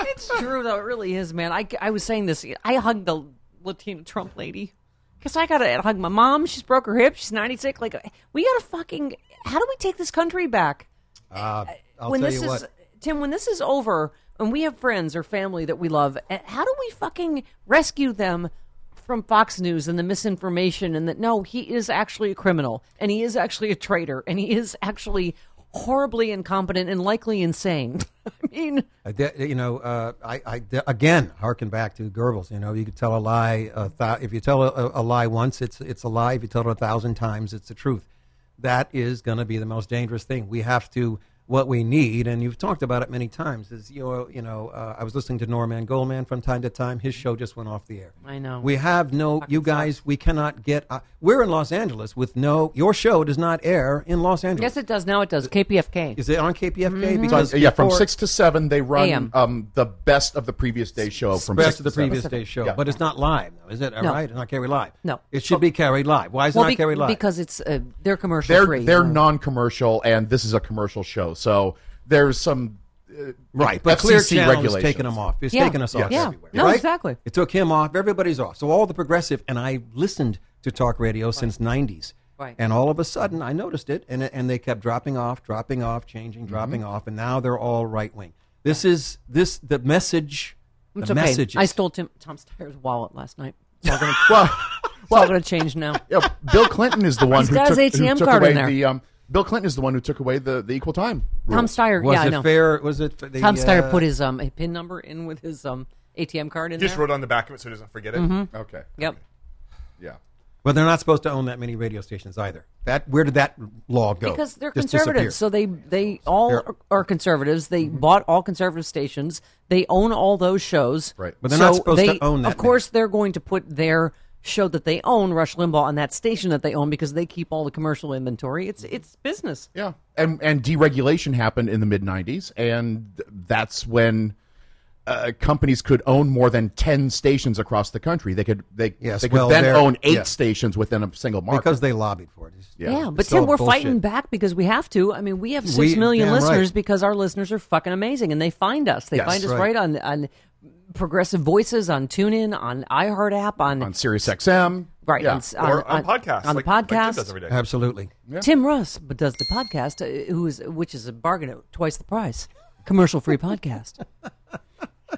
[SPEAKER 2] it's true, though. It really is, man. I, I was saying this. I hugged the Latina Trump lady. Because I got to hug my mom. She's broke her hip. She's 96. Like, we got to fucking. How do we take this country back?
[SPEAKER 4] I'll
[SPEAKER 2] when
[SPEAKER 4] tell
[SPEAKER 2] this
[SPEAKER 4] you
[SPEAKER 2] is
[SPEAKER 4] what.
[SPEAKER 2] Tim, when this is over, and we have friends or family that we love, eh, how do we fucking rescue them from Fox News and the misinformation and that no, he is actually a criminal and he is actually a traitor and he is actually horribly incompetent and likely insane. I mean,
[SPEAKER 4] I de- you know, uh, I, I de- again harken back to Goebbels. You know, you could tell a lie. A thou- if you tell a- a, a lie once, it's it's a lie. If you tell it a thousand times, it's the truth. That is going to be the most dangerous thing. We have to. What we need, and you've talked about it many times, is you know, you know. Uh, I was listening to Norman Goldman from time to time. His show just went off the air.
[SPEAKER 2] I know.
[SPEAKER 4] We have no. You guys, we cannot get. Uh, we're in Los Angeles with no. Your show does not air in Los Angeles.
[SPEAKER 2] yes, it Mm-hmm. does. Now it does. KPFK.
[SPEAKER 4] Is it on KPFK?
[SPEAKER 7] So,
[SPEAKER 4] Because
[SPEAKER 7] Uh, yeah, from
[SPEAKER 4] before-
[SPEAKER 7] six to seven, they
[SPEAKER 2] AM.
[SPEAKER 7] run um, the best of the previous day's show. From
[SPEAKER 4] Best
[SPEAKER 7] six
[SPEAKER 4] of the
[SPEAKER 7] seven.
[SPEAKER 4] previous day's show,
[SPEAKER 7] Yeah.
[SPEAKER 4] but it's not live, though, is it? All
[SPEAKER 2] No.
[SPEAKER 4] right, it's not carried live.
[SPEAKER 2] No.
[SPEAKER 4] it should be carried live. Why is it not
[SPEAKER 2] be-
[SPEAKER 4] carried live?
[SPEAKER 2] because it's uh, they're commercial
[SPEAKER 7] they're
[SPEAKER 2] free.
[SPEAKER 7] they're non-commercial, and this is a commercial show. So there's some uh,
[SPEAKER 4] right, but Clear
[SPEAKER 7] FCC
[SPEAKER 4] Channel is
[SPEAKER 7] regulations.
[SPEAKER 4] taking them off. It's
[SPEAKER 2] Yeah.
[SPEAKER 4] taking us off
[SPEAKER 2] Yeah.
[SPEAKER 4] everywhere.
[SPEAKER 2] No,
[SPEAKER 4] right?
[SPEAKER 2] exactly.
[SPEAKER 4] It took him off. Everybody's off. So all the progressive, and I listened to talk radio since '90s.
[SPEAKER 2] Right.
[SPEAKER 4] And all of a sudden, I noticed it, and and they kept dropping off, dropping off, changing, dropping off, and now they're all right wing. This is this the message. The
[SPEAKER 2] It's okay.
[SPEAKER 4] message.
[SPEAKER 2] I stole Tim Tom Steyer's wallet last night.
[SPEAKER 7] Well,
[SPEAKER 2] Well, I'm
[SPEAKER 7] well,
[SPEAKER 2] going to change now.
[SPEAKER 7] yeah, Bill Clinton is the one
[SPEAKER 2] He's
[SPEAKER 7] who
[SPEAKER 2] got
[SPEAKER 7] took,
[SPEAKER 2] his ATM
[SPEAKER 7] who took
[SPEAKER 2] card in
[SPEAKER 7] away
[SPEAKER 2] there.
[SPEAKER 7] the. Um, Bill Clinton is the one who took away the, the equal time.
[SPEAKER 2] Tom
[SPEAKER 7] Rule.
[SPEAKER 2] Steyer.
[SPEAKER 4] was
[SPEAKER 2] yeah, I
[SPEAKER 4] it
[SPEAKER 2] know.
[SPEAKER 4] fair? Was it for the,
[SPEAKER 2] Tom Steyer
[SPEAKER 4] uh,
[SPEAKER 2] put his um pin number in with his um ATM card in
[SPEAKER 5] Just
[SPEAKER 2] there.
[SPEAKER 5] wrote on the back of it so he doesn't forget it.
[SPEAKER 2] Mm-hmm.
[SPEAKER 7] Okay.
[SPEAKER 2] Yep.
[SPEAKER 7] Yeah.
[SPEAKER 4] Well, they're not supposed to own that many radio stations either. That where did that law go?
[SPEAKER 2] Because they're
[SPEAKER 4] Oh, Just disappeared.
[SPEAKER 2] conservatives, so they they all
[SPEAKER 4] They're- Mm-hmm.
[SPEAKER 2] are, are conservatives. They bought all conservative stations. They own all those shows.
[SPEAKER 7] Right.
[SPEAKER 4] But they're not
[SPEAKER 2] So
[SPEAKER 4] supposed to
[SPEAKER 2] they-
[SPEAKER 4] own that
[SPEAKER 2] Of course, they're going to put their show that they own, Rush Limbaugh, on that station that they own because they keep all the commercial inventory. It's it's business.
[SPEAKER 7] Yeah. And and deregulation happened in the mid '90s, and that's when uh, companies could own more than ten stations across the country. They could they
[SPEAKER 4] Yes,
[SPEAKER 7] they could
[SPEAKER 4] well,
[SPEAKER 7] then
[SPEAKER 4] they're-
[SPEAKER 7] own eight
[SPEAKER 4] yeah.
[SPEAKER 7] stations within a single market.
[SPEAKER 4] because they lobbied for it. It's-
[SPEAKER 2] Yeah,
[SPEAKER 4] it's
[SPEAKER 2] but
[SPEAKER 4] all
[SPEAKER 2] Tim, we're
[SPEAKER 4] bullshit.
[SPEAKER 2] fighting back because we have to. I mean, we have six
[SPEAKER 4] We-
[SPEAKER 2] million
[SPEAKER 4] damn right.
[SPEAKER 2] listeners because our listeners are fucking amazing, and they find us. They find us right,
[SPEAKER 4] right.
[SPEAKER 2] on on Progressive Voices, on TuneIn, on iHeart app, on,
[SPEAKER 7] on SiriusXM,
[SPEAKER 2] right,
[SPEAKER 7] Yeah.
[SPEAKER 2] on,
[SPEAKER 5] Or on, podcasts.
[SPEAKER 2] on
[SPEAKER 5] like,
[SPEAKER 2] the
[SPEAKER 5] like Tim
[SPEAKER 2] podcast.
[SPEAKER 5] does every day.
[SPEAKER 4] Absolutely.
[SPEAKER 2] Tim Russ but does the podcast, uh, who is which is a bargain at twice the price, commercial free podcast.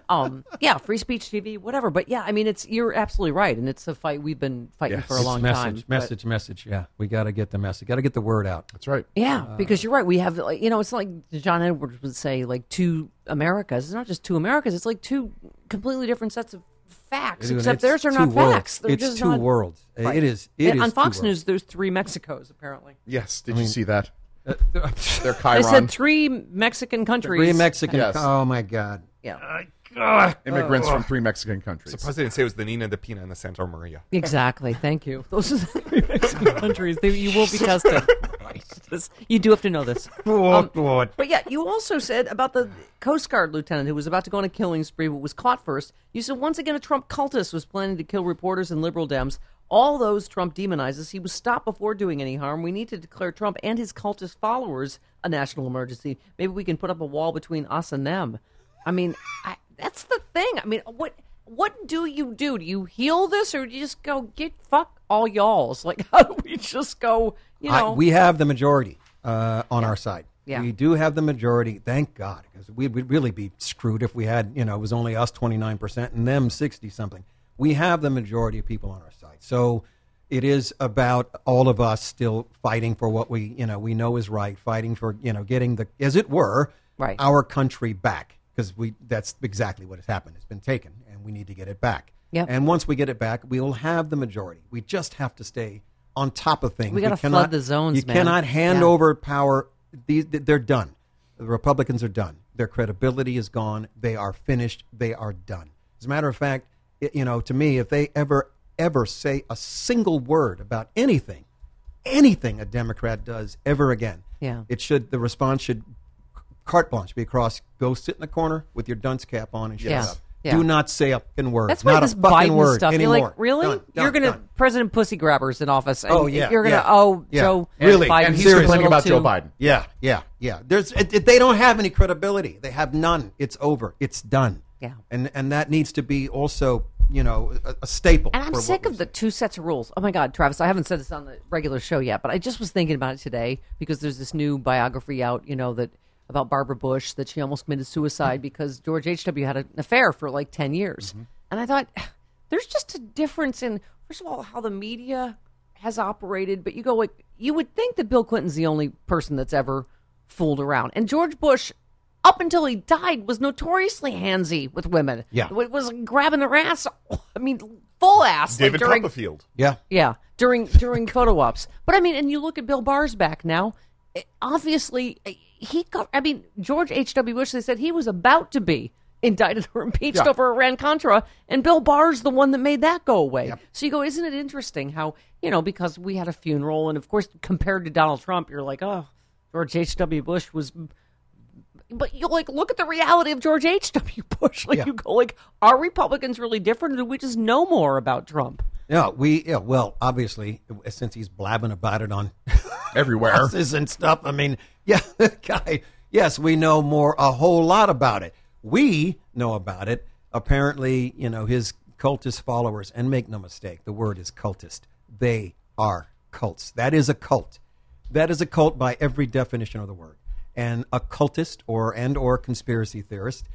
[SPEAKER 2] um, yeah, free speech TV, whatever. But yeah, I mean, it's you're absolutely right, and it's a fight we've been fighting
[SPEAKER 7] Yes.
[SPEAKER 2] for a
[SPEAKER 7] It's
[SPEAKER 2] long time.
[SPEAKER 4] message,
[SPEAKER 2] but-
[SPEAKER 4] message, message. Yeah, we got to get the message. Got to get the word out.
[SPEAKER 7] That's right.
[SPEAKER 2] Yeah,
[SPEAKER 4] Uh,
[SPEAKER 2] because you're right. We have, like, you know, it's like John Edwards would say, like two Americas. It's not just two Americas. It's like two completely different sets of facts.
[SPEAKER 4] Dude,
[SPEAKER 2] except
[SPEAKER 4] it's
[SPEAKER 2] theirs are
[SPEAKER 4] two
[SPEAKER 2] not
[SPEAKER 4] worlds.
[SPEAKER 2] facts. They're
[SPEAKER 4] It's
[SPEAKER 2] just
[SPEAKER 4] two
[SPEAKER 2] not-
[SPEAKER 4] worlds. It is- it
[SPEAKER 2] And
[SPEAKER 4] is
[SPEAKER 2] on
[SPEAKER 4] two
[SPEAKER 2] Fox
[SPEAKER 4] worlds.
[SPEAKER 2] News. There's three Mexicos apparently.
[SPEAKER 7] Yes. Did you see that? They're
[SPEAKER 2] They
[SPEAKER 7] Chiron.
[SPEAKER 2] said three Mexican countries.
[SPEAKER 4] Three Mexican.
[SPEAKER 7] Yes.
[SPEAKER 4] Oh my God.
[SPEAKER 2] Yeah,
[SPEAKER 7] immigrants from three Mexican countries.
[SPEAKER 5] Surprised they didn't say it was the Nina, the Pina, and the Santa Maria.
[SPEAKER 2] exactly. Thank you. Those are the three Mexican countries. They, you will be tested. This- you do have to know this. Um, But yeah, you also said about the Coast Guard lieutenant who was about to go on a killing spree but was caught first. You said once again a Trump cultist was planning to kill reporters and liberal Dems. All those Trump demonizes. He was stopped before doing any harm. We need to declare Trump and his cultist followers a national emergency. Maybe we can put up a wall between us and them. I mean, I, that's the thing. I mean, what what do you do? Do you heal this or do you just go get fuck all y'alls? Like, how do we just go, you
[SPEAKER 4] I-
[SPEAKER 2] know?
[SPEAKER 4] we have the majority uh, on our side.
[SPEAKER 2] Yeah.
[SPEAKER 4] We do have the majority, thank God, because we would really be screwed if we had, you know, it was only us 29% and them 60 something. We have the majority of people on our side. So it is about all of us still fighting for what we, you know, we know is right, fighting for, you know, getting the, as it were,
[SPEAKER 2] Right.
[SPEAKER 4] our country back, because we, that's exactly what has happened. It's been taken and we need to get it back.
[SPEAKER 2] Yep.
[SPEAKER 4] And once we get it back, we will have the majority. We just have to stay on top of things.
[SPEAKER 2] We gotta flood
[SPEAKER 4] cannot-
[SPEAKER 2] the zones,
[SPEAKER 4] You
[SPEAKER 2] man.
[SPEAKER 4] cannot hand
[SPEAKER 2] Yeah.
[SPEAKER 4] over power. These they're done. The Republicans are done. Their credibility is gone. They are finished. They are done. As a matter of fact, it, you know, to me, if they ever ever say a single word about anything, anything a Democrat does ever again,
[SPEAKER 2] Yeah.
[SPEAKER 4] it should the response should carte blanche be across. Go sit in the corner with your dunce cap on and shut
[SPEAKER 2] Yeah.
[SPEAKER 4] up.
[SPEAKER 2] Yeah.
[SPEAKER 4] Do not say a fucking word.
[SPEAKER 2] That's
[SPEAKER 4] not
[SPEAKER 2] why
[SPEAKER 4] a
[SPEAKER 2] this
[SPEAKER 4] fucking
[SPEAKER 2] Biden
[SPEAKER 4] word
[SPEAKER 2] stuff.
[SPEAKER 4] anymore.
[SPEAKER 2] You're like, really?
[SPEAKER 4] Done,
[SPEAKER 2] you're
[SPEAKER 4] done,
[SPEAKER 2] gonna
[SPEAKER 4] done.
[SPEAKER 2] President Pussy Grabbers in office. And
[SPEAKER 4] Oh yeah,
[SPEAKER 2] You're gonna
[SPEAKER 4] yeah,
[SPEAKER 2] oh
[SPEAKER 4] yeah.
[SPEAKER 2] Joe
[SPEAKER 4] Really?
[SPEAKER 2] Biden
[SPEAKER 4] And
[SPEAKER 7] and he's
[SPEAKER 4] Seriously.
[SPEAKER 7] complaining about Joe
[SPEAKER 2] too-
[SPEAKER 7] Biden.
[SPEAKER 4] Yeah, yeah, yeah. There's it, it- they don't have any credibility. They have none. It's over. It's done.
[SPEAKER 2] Yeah.
[SPEAKER 4] and and that needs to be also you know a, a staple.
[SPEAKER 2] And I'm
[SPEAKER 4] for what
[SPEAKER 2] sick
[SPEAKER 4] we
[SPEAKER 2] of the
[SPEAKER 4] say.
[SPEAKER 2] two sets of rules. Oh my God, Travis, I haven't said this on the regular show yet, but I just was thinking about it today because there's this new biography out, you know, that about Barbara Bush that she almost committed suicide because George H.W. had an affair for like 10 years. And I thought, there's just a difference in, first of all, how the media has operated, but you go like, you would think that Bill Clinton's the only person that's ever fooled around. And George Bush, up until he died, was notoriously handsy with women.
[SPEAKER 4] Yeah.
[SPEAKER 2] W- was grabbing their ass. I mean, full ass. like,
[SPEAKER 5] David
[SPEAKER 2] during,
[SPEAKER 5] Copperfield.
[SPEAKER 4] yeah.
[SPEAKER 2] Yeah, during during photo ops. But I mean, and you look at Bill Barr's back now. eh, Obviously, eh, he. co- I mean, George H. W. Bush. They said he was about to be indicted or impeached over Iran Contra, and Bill Barr's the one that made that go away. So you go, isn't it interesting how you know because we had a funeral, and of course compared to Donald Trump, you're like, oh, George H. W. Bush was but you like look at the reality of George H. W. Bush. Like you go like, are Republicans really different, or do we just know more about Trump?
[SPEAKER 4] Yeah, we yeah. Well, obviously, since he's blabbing about it on
[SPEAKER 7] Everywhere.
[SPEAKER 4] buses and stuff. I mean, yeah, that guy. Yes, we know more a whole lot about it. We know about it. Apparently, you know his cultist followers, and make no mistake, the word is cultist. They are cults. That is a cult. That is a cult by every definition of the word. And a cultist or and or conspiracy theorist,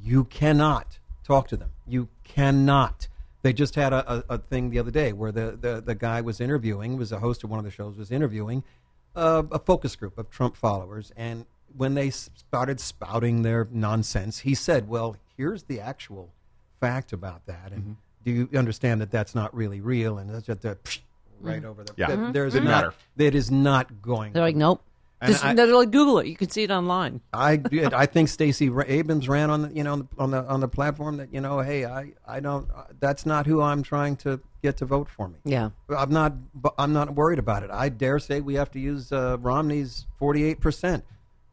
[SPEAKER 4] you cannot talk to them. You cannot. They just had a, a, a thing the other day where the, the, the guy was interviewing, was a host of one of the shows, was interviewing uh, a focus group of Trump followers. And when they s- started spouting their nonsense, he said, Well, here's the actual fact about that.
[SPEAKER 7] Mm-hmm.
[SPEAKER 4] And do you understand that that's not really real? And that's just a psh, right over there.
[SPEAKER 7] Yeah.
[SPEAKER 4] That- There's not,
[SPEAKER 7] Mhm. Matter.
[SPEAKER 4] That is not going
[SPEAKER 2] Mm-hmm. They're like, nope.
[SPEAKER 4] And
[SPEAKER 2] Just,
[SPEAKER 4] I-
[SPEAKER 2] they're like, Google it. You can see it online.
[SPEAKER 4] I did. I think Stacey Ra- Abrams ran on the you know on the, on the on the platform that you know hey I I don't uh, that's not who I'm trying to get to vote for me.
[SPEAKER 2] Yeah.
[SPEAKER 4] I'm not bu- I'm not worried about it. I dare say we have to use uh, Romney's 48 percent.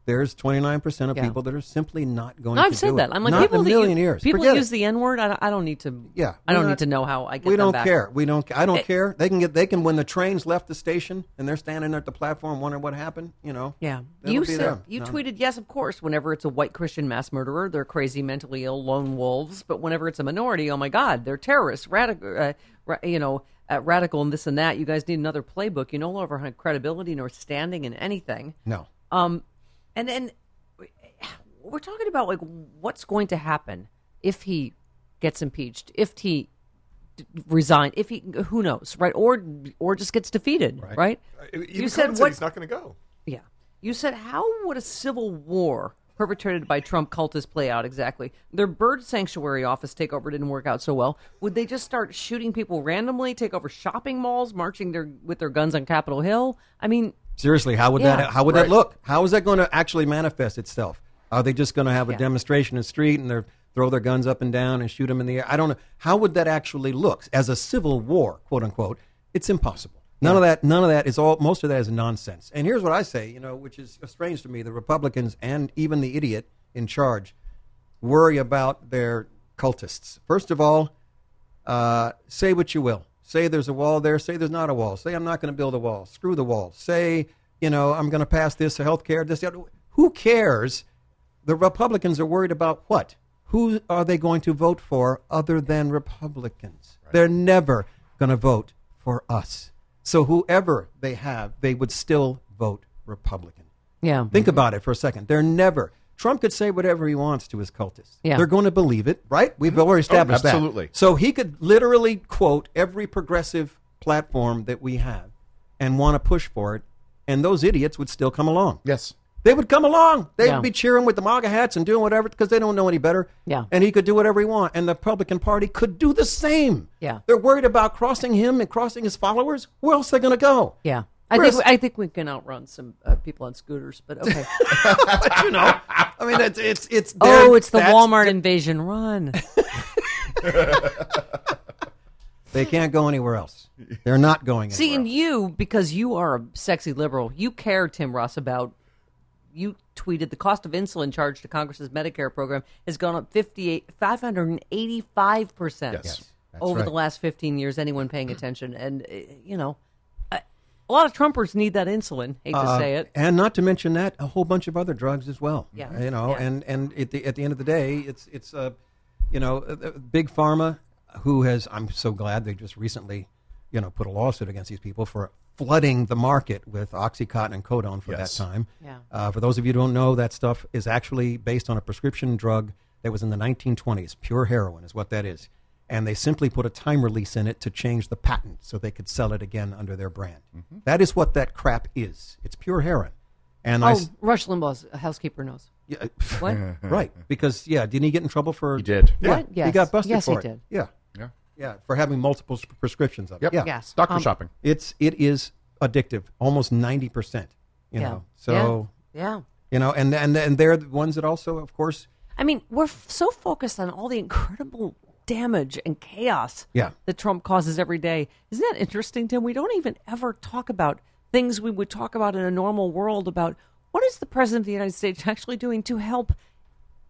[SPEAKER 4] There's 29 percent of
[SPEAKER 2] Yeah.
[SPEAKER 4] people that are simply not going.
[SPEAKER 2] No,
[SPEAKER 4] to
[SPEAKER 2] I've said
[SPEAKER 4] do
[SPEAKER 2] that.
[SPEAKER 4] It.
[SPEAKER 2] I'm like,
[SPEAKER 4] not
[SPEAKER 2] people
[SPEAKER 4] in a
[SPEAKER 2] that
[SPEAKER 4] million
[SPEAKER 2] u-
[SPEAKER 4] years.
[SPEAKER 2] People
[SPEAKER 4] Forget
[SPEAKER 2] use
[SPEAKER 4] it.
[SPEAKER 2] the N word. I don't, I don't need to.
[SPEAKER 4] Yeah,
[SPEAKER 2] I don't
[SPEAKER 4] we're
[SPEAKER 2] need
[SPEAKER 4] not-
[SPEAKER 2] to know how I get.
[SPEAKER 4] we
[SPEAKER 2] them
[SPEAKER 4] don't
[SPEAKER 2] back.
[SPEAKER 4] care. We don't. I don't care. They can get. They can when the trains left the station and they're standing at the platform wondering what happened. You know.
[SPEAKER 2] Yeah,
[SPEAKER 4] That'll
[SPEAKER 2] you
[SPEAKER 4] be
[SPEAKER 2] said
[SPEAKER 4] them.
[SPEAKER 2] you
[SPEAKER 4] No.
[SPEAKER 2] tweeted yes, of course. Whenever it's a white Christian mass murderer, they're crazy, mentally ill, lone wolves. But whenever it's a minority, oh my God, they're terrorists, radical, uh, ra- you know, uh, radical and this and that. You guys need another playbook. You no longer have credibility nor standing in anything.
[SPEAKER 4] No.
[SPEAKER 2] Um, and then we're talking about like what's going to happen if he gets impeached, if he d- resign, if he who knows, right? Or or just gets defeated, right?
[SPEAKER 5] you Uh, said what? He's not going to go.
[SPEAKER 2] Yeah. You said, how would a civil war perpetrated by Trump cultists play out exactly? Their bird sanctuary office takeover didn't work out so well. Would they just start shooting people randomly, take over shopping malls, marching their, with their guns on Capitol Hill? I mean,
[SPEAKER 4] Seriously, how would
[SPEAKER 2] Yeah.
[SPEAKER 4] that how would that look? How is that going to actually manifest itself? Are they just going to have a demonstration in the street and they throw their guns up and down and shoot them in the air? I don't know. How would that actually look as a civil war, quote unquote? It's impossible. None of that. None of that is all. Most of that is nonsense. And here's what I say, you know, which is strange to me: the Republicans and even the idiot in charge worry about their cultists. First of all, uh, say what you will. Say there's a wall there. Say there's not a wall. Say I'm not going to build a wall. Screw the wall. Say you know I'm going to pass this health care. This the other. who cares? The Republicans are worried about what? Who are they going to vote for other than Republicans? They're never going to vote for us. So whoever they have, they would still vote Republican.
[SPEAKER 2] yeah.
[SPEAKER 4] Think about it for a second. They're never. Trump could say whatever he wants to his cultists.
[SPEAKER 2] Yeah. Mm-hmm. Oh,
[SPEAKER 4] They're going to believe it, right? We've already established that.
[SPEAKER 7] absolutely.
[SPEAKER 4] So he could literally quote every progressive platform that we have and want to push for it, and those idiots would still come along.
[SPEAKER 7] Yes.
[SPEAKER 4] They would come along. They
[SPEAKER 2] Yeah.
[SPEAKER 4] would be cheering with the MAGA hats and doing whatever because they don't know any better.
[SPEAKER 2] Yeah.
[SPEAKER 4] And he could do whatever he want. And the Republican Party could do the same.
[SPEAKER 2] Yeah.
[SPEAKER 4] They're worried about crossing him and crossing his followers. Where else are they going to go?
[SPEAKER 2] Yeah. I
[SPEAKER 4] Chris-
[SPEAKER 2] think, I think we can outrun some uh, people on scooters, but okay.
[SPEAKER 4] But, you know, I mean, it's, it's, it's,
[SPEAKER 2] oh,
[SPEAKER 4] their-
[SPEAKER 2] it's the
[SPEAKER 4] that's-
[SPEAKER 2] Walmart invasion run.
[SPEAKER 4] They can't go anywhere else. They're not going anywhere.
[SPEAKER 2] See, and you, because you are a sexy liberal, you care, Tim Russ, about. You tweeted the cost of insulin charged to Congress's Medicare program has gone up 58, 585%
[SPEAKER 7] Yes.
[SPEAKER 2] over the last 15 years, anyone paying attention. And, uh, you know, a, a lot of Trumpers need that insulin. Hate
[SPEAKER 4] Uh,
[SPEAKER 2] to say it.
[SPEAKER 4] and not to mention that a whole bunch of other drugs as well.
[SPEAKER 2] Yeah.
[SPEAKER 4] you know,
[SPEAKER 2] Yeah.
[SPEAKER 4] and and at the at the end of the day, it's it's uh, you know, uh, uh, big pharma who has. I'm so glad they just recently, you know, put a lawsuit against these people for flooding the market with oxycontin and codone for that time.
[SPEAKER 2] Yeah.
[SPEAKER 4] Uh, for those of you who don't know, that stuff is actually based on a prescription drug that was in the 1920s. Pure heroin is what that is. And they simply put a time release in it to change the patent so they could sell it again under their brand.
[SPEAKER 7] Mm-hmm.
[SPEAKER 4] That is what that crap is. It's pure heroin. And I,
[SPEAKER 2] Oh,
[SPEAKER 4] s- Uh-huh.
[SPEAKER 2] Rush Limbaugh's housekeeper knows.
[SPEAKER 4] yeah,
[SPEAKER 2] What?
[SPEAKER 4] right, because yeah, didn't he get in trouble for?
[SPEAKER 7] He did.
[SPEAKER 4] Yeah,
[SPEAKER 2] What?
[SPEAKER 4] he
[SPEAKER 2] Yes.
[SPEAKER 4] got busted
[SPEAKER 2] Yes, he
[SPEAKER 4] for it.
[SPEAKER 2] did.
[SPEAKER 4] Yeah,
[SPEAKER 7] Yeah.
[SPEAKER 4] yeah, for having multiple s- prescriptions of it.
[SPEAKER 7] Yep.
[SPEAKER 4] Yeah,
[SPEAKER 2] Yes.
[SPEAKER 7] Doctor
[SPEAKER 2] Um,
[SPEAKER 7] shopping.
[SPEAKER 4] it's it is addictive, almost ninety percent. You
[SPEAKER 2] yeah.
[SPEAKER 4] know, so
[SPEAKER 2] Yeah. yeah.
[SPEAKER 4] you know, and and and they're the ones that also, of course,
[SPEAKER 2] I mean, we're f- so focused on all the incredible damage and chaos
[SPEAKER 4] Yeah.
[SPEAKER 2] that Trump causes every day. Isn't that interesting, Tim? We don't even ever talk about things we would talk about in a normal world about what is the president of the United States actually doing to help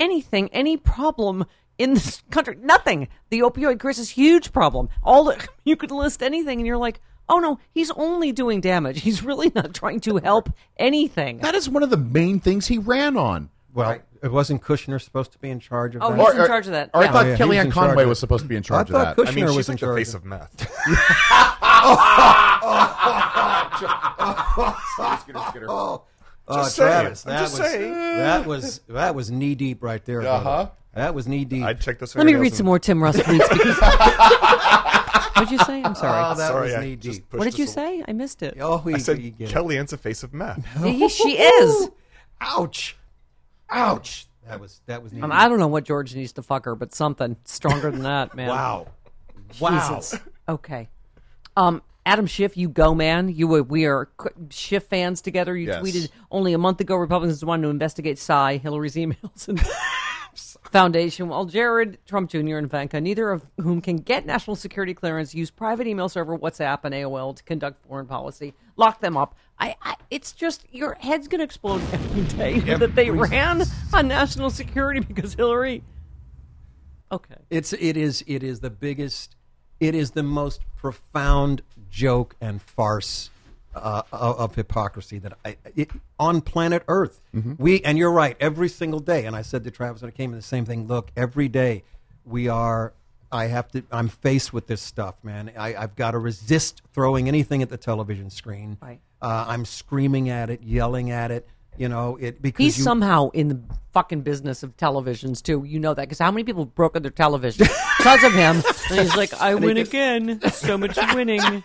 [SPEAKER 2] anything, any problem in this country? Nothing. The opioid crisis, huge problem. All the, you could list anything, and you're like, oh no, he's only doing damage. He's really not trying to help anything.
[SPEAKER 7] That is one of the main things he ran on.
[SPEAKER 4] well, it wasn't Kushner supposed to be in charge of
[SPEAKER 2] Oh,
[SPEAKER 4] that.
[SPEAKER 2] he's in charge of that.
[SPEAKER 7] Or I
[SPEAKER 2] Yeah.
[SPEAKER 7] thought
[SPEAKER 4] Oh, yeah, he was
[SPEAKER 7] Kellyanne
[SPEAKER 4] in charge
[SPEAKER 7] Conway
[SPEAKER 4] of-
[SPEAKER 7] was supposed to be in
[SPEAKER 4] I
[SPEAKER 7] charge
[SPEAKER 4] thought
[SPEAKER 7] of that.
[SPEAKER 4] Kushner
[SPEAKER 5] I mean,
[SPEAKER 4] was
[SPEAKER 5] she's
[SPEAKER 4] in
[SPEAKER 5] like the
[SPEAKER 4] charge.
[SPEAKER 5] face
[SPEAKER 4] of-
[SPEAKER 5] of meth.
[SPEAKER 4] Oh,
[SPEAKER 5] Just saying.
[SPEAKER 4] Travis,
[SPEAKER 5] I'm
[SPEAKER 4] that
[SPEAKER 5] just
[SPEAKER 4] was
[SPEAKER 5] saying.
[SPEAKER 4] that was that was knee deep right there. brother.
[SPEAKER 7] Uh-huh.
[SPEAKER 4] That was knee deep. Oh,
[SPEAKER 5] I checked this.
[SPEAKER 2] Let me read some more Tim Russ tweets. Because... What'd you say? I'm sorry.
[SPEAKER 4] Oh, that
[SPEAKER 5] Sorry,
[SPEAKER 4] was
[SPEAKER 5] I
[SPEAKER 4] knee
[SPEAKER 5] just
[SPEAKER 4] deep.
[SPEAKER 5] pushed
[SPEAKER 2] what did
[SPEAKER 5] this
[SPEAKER 2] you
[SPEAKER 5] a-
[SPEAKER 2] say? I missed it.
[SPEAKER 4] Oh, he,
[SPEAKER 5] I said
[SPEAKER 4] he get it.
[SPEAKER 5] Kellyanne's a face of meth.
[SPEAKER 2] He- she is.
[SPEAKER 4] Ouch! Ouch! That was that was.
[SPEAKER 2] Um, I don't know what George needs to fuck her, but something stronger than that, man.
[SPEAKER 4] Wow! Wow!
[SPEAKER 2] Okay. Um, Adam Schiff, you go, man. You were, we are qu- Schiff fans together. You
[SPEAKER 5] Yes.
[SPEAKER 2] tweeted only a month ago Republicans wanted to investigate Psy, Hillary's emails, and Foundation. While Jared Trump Jr. and Ivanka, neither of whom can get national security clearance, use private email server WhatsApp and AOL to conduct foreign policy. Lock them up. I, I it's just your head's gonna explode every day that they ran on national security because Hillary. Okay.
[SPEAKER 4] It's it is it is the biggest, it is the most profound joke and farce uh, of, of hypocrisy that I it, on planet Earth. We and you're right. Every single day, and I said to Travis when I came in the same thing. Look, every day we are. I have to. I'm faced with this stuff, man. I, I've got to resist throwing anything at the television screen.
[SPEAKER 2] Right.
[SPEAKER 4] Uh, I'm screaming at it, yelling at it, You know, it because
[SPEAKER 2] He's
[SPEAKER 4] you,
[SPEAKER 2] somehow in the fucking business of televisions too. You know that because how many people have broken their television because of him? And he's like, I win again. So much winning.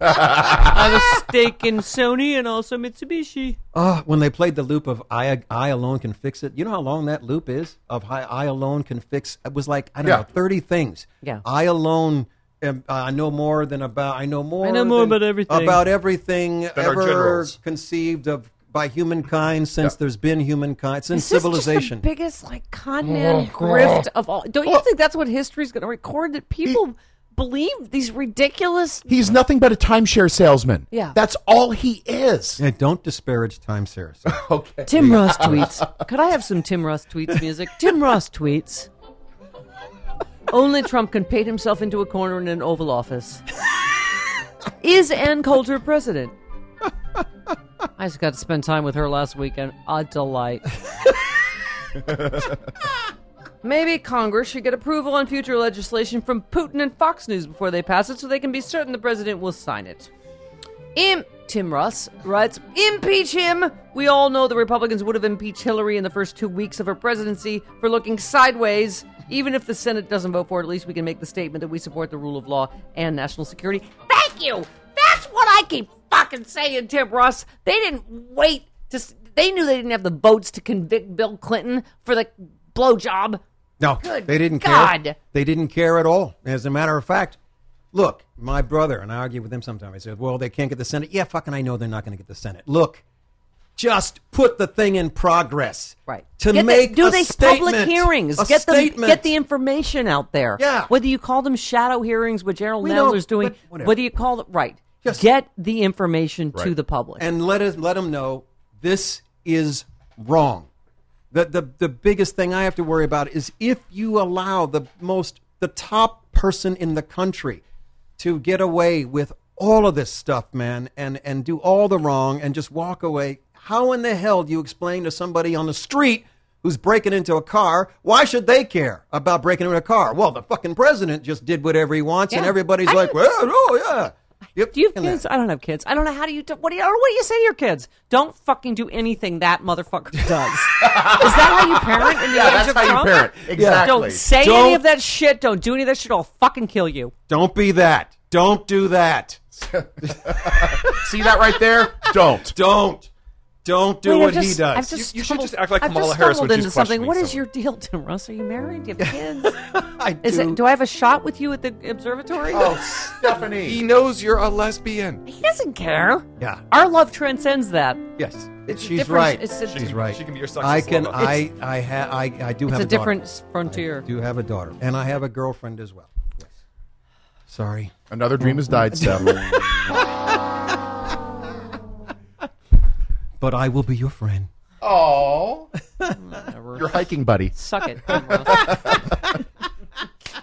[SPEAKER 2] I have a stake in Sony and also Mitsubishi.
[SPEAKER 4] Ah, when they played the loop of I, I Alone Can Fix It, you know how long that loop is of I, I Alone Can Fix It was like, I don't
[SPEAKER 7] Yeah.
[SPEAKER 4] know, 30 things.
[SPEAKER 2] Yeah.
[SPEAKER 4] I Alone, am, uh, I know more than about, I know more.
[SPEAKER 2] know more
[SPEAKER 4] than-
[SPEAKER 2] about everything.
[SPEAKER 4] About everything
[SPEAKER 5] our
[SPEAKER 4] ever
[SPEAKER 5] generals.
[SPEAKER 4] conceived of by humankind since there's been humankind, since
[SPEAKER 2] This
[SPEAKER 4] civilization. Oh,
[SPEAKER 2] is just the biggest like con man grift of all. Don't you think that's what history's going to record that people believe these ridiculous?
[SPEAKER 7] He's nothing but a timeshare salesman.
[SPEAKER 2] Yeah.
[SPEAKER 7] That's all he is.
[SPEAKER 4] Yeah, don't disparage time, Sarah. So-
[SPEAKER 2] Tim Ross tweets. Could I have some Tim Ross tweets music? Tim Ross tweets. Only Trump can paint himself into a corner in an Oval Office. Is Ann Coulter president? I just got to spend time with her last weekend. A delight. Maybe Congress should get approval on future legislation from Putin and Fox News before they pass it so they can be certain the president will sign it. Im- Tim Russ writes, impeach him. We all know the Republicans would have impeached Hillary in the first two weeks of her presidency for looking sideways. Even if the Senate doesn't vote for it, at least we can make the statement that we support the rule of law and national security. Thank you. That's what I keep fucking saying, Tim Russ. They didn't wait to. s- They knew they didn't have the votes to convict Bill Clinton for the blowjob.
[SPEAKER 4] No,
[SPEAKER 2] Good
[SPEAKER 4] they didn't
[SPEAKER 2] God.
[SPEAKER 4] care. They didn't care at all. As a matter of fact, look, my brother and I argue with him sometimes. I said, "Well, they can't get the Senate." Yeah, fucking, I know they're not going to get the Senate. Look, just put the thing in progress.
[SPEAKER 2] Right.
[SPEAKER 4] To
[SPEAKER 2] Get the-
[SPEAKER 4] make
[SPEAKER 2] do
[SPEAKER 4] a
[SPEAKER 2] they
[SPEAKER 4] statement,
[SPEAKER 2] public hearings?
[SPEAKER 4] a
[SPEAKER 2] get
[SPEAKER 4] statement.
[SPEAKER 2] the get the information out there.
[SPEAKER 4] Yeah.
[SPEAKER 2] Whether you call them shadow hearings, what Gerald
[SPEAKER 4] We know,
[SPEAKER 2] Nadler's doing,
[SPEAKER 4] but whatever.
[SPEAKER 2] whether you call it right,
[SPEAKER 4] Yes.
[SPEAKER 2] get the information to the public.
[SPEAKER 4] and let us let them know this is wrong. The, the the biggest thing I have to worry about is if you allow the most the top person in the country to get away with all of this stuff, man, and and do all the wrong and just walk away. How in the hell do you explain to somebody on the street who's breaking into a car? Why should they care about breaking into a car? Well, the fucking president just did whatever he wants, and
[SPEAKER 2] Yeah.
[SPEAKER 4] everybody's
[SPEAKER 2] I
[SPEAKER 4] like,
[SPEAKER 2] don't-
[SPEAKER 4] well, oh yeah. Yep,
[SPEAKER 2] do you have
[SPEAKER 4] and that.
[SPEAKER 2] kids? I don't have kids. I don't know how do you do, what do you I don't know what do you say to your kids? Don't fucking do anything that motherfucker does. Is that how you parent in the
[SPEAKER 7] Yeah,
[SPEAKER 2] age
[SPEAKER 7] that's
[SPEAKER 2] of
[SPEAKER 7] how you
[SPEAKER 2] Trump?
[SPEAKER 7] parent. Exactly.
[SPEAKER 2] Don't say any
[SPEAKER 4] Don't-
[SPEAKER 2] of that shit. Don't do any of that shit. I'll fucking kill you.
[SPEAKER 4] Don't be that. Don't do that.
[SPEAKER 7] See that right there? Don't.
[SPEAKER 4] Don't. Don't do
[SPEAKER 2] Wait, I've
[SPEAKER 4] what
[SPEAKER 2] just-
[SPEAKER 4] he does.
[SPEAKER 2] I've just
[SPEAKER 5] You- you should
[SPEAKER 2] stumbled-
[SPEAKER 5] just act like
[SPEAKER 2] I've
[SPEAKER 5] Kamala
[SPEAKER 2] just
[SPEAKER 5] Harris
[SPEAKER 2] stumbled
[SPEAKER 5] when she's
[SPEAKER 2] into something.
[SPEAKER 5] questioning
[SPEAKER 2] What is
[SPEAKER 5] someone.
[SPEAKER 2] your deal, Tim Russ? Are you married? Do you have kids?
[SPEAKER 4] I
[SPEAKER 2] Is
[SPEAKER 4] do.
[SPEAKER 2] it? Do I have a shot with you at the observatory?
[SPEAKER 7] Oh, Stephanie.
[SPEAKER 5] He knows you're a lesbian.
[SPEAKER 2] He doesn't care.
[SPEAKER 4] Yeah.
[SPEAKER 2] Our love transcends that.
[SPEAKER 4] yes.
[SPEAKER 2] It's a
[SPEAKER 4] She's
[SPEAKER 2] different-
[SPEAKER 4] right.
[SPEAKER 2] it's a- She
[SPEAKER 4] She's
[SPEAKER 5] can-
[SPEAKER 4] right.
[SPEAKER 5] she can be your sexist
[SPEAKER 4] I can.
[SPEAKER 5] lover.
[SPEAKER 4] I. I have. I. I do
[SPEAKER 2] It's
[SPEAKER 4] have
[SPEAKER 2] a
[SPEAKER 4] a,
[SPEAKER 2] different
[SPEAKER 4] daughter.
[SPEAKER 2] frontier.
[SPEAKER 4] I do have a daughter, and I have a girlfriend as well. Yes. Sorry.
[SPEAKER 7] Another dream has died, Steph.
[SPEAKER 4] But I will be your friend.
[SPEAKER 7] Oh. Your hiking buddy.
[SPEAKER 2] Suck it. Tim Russ.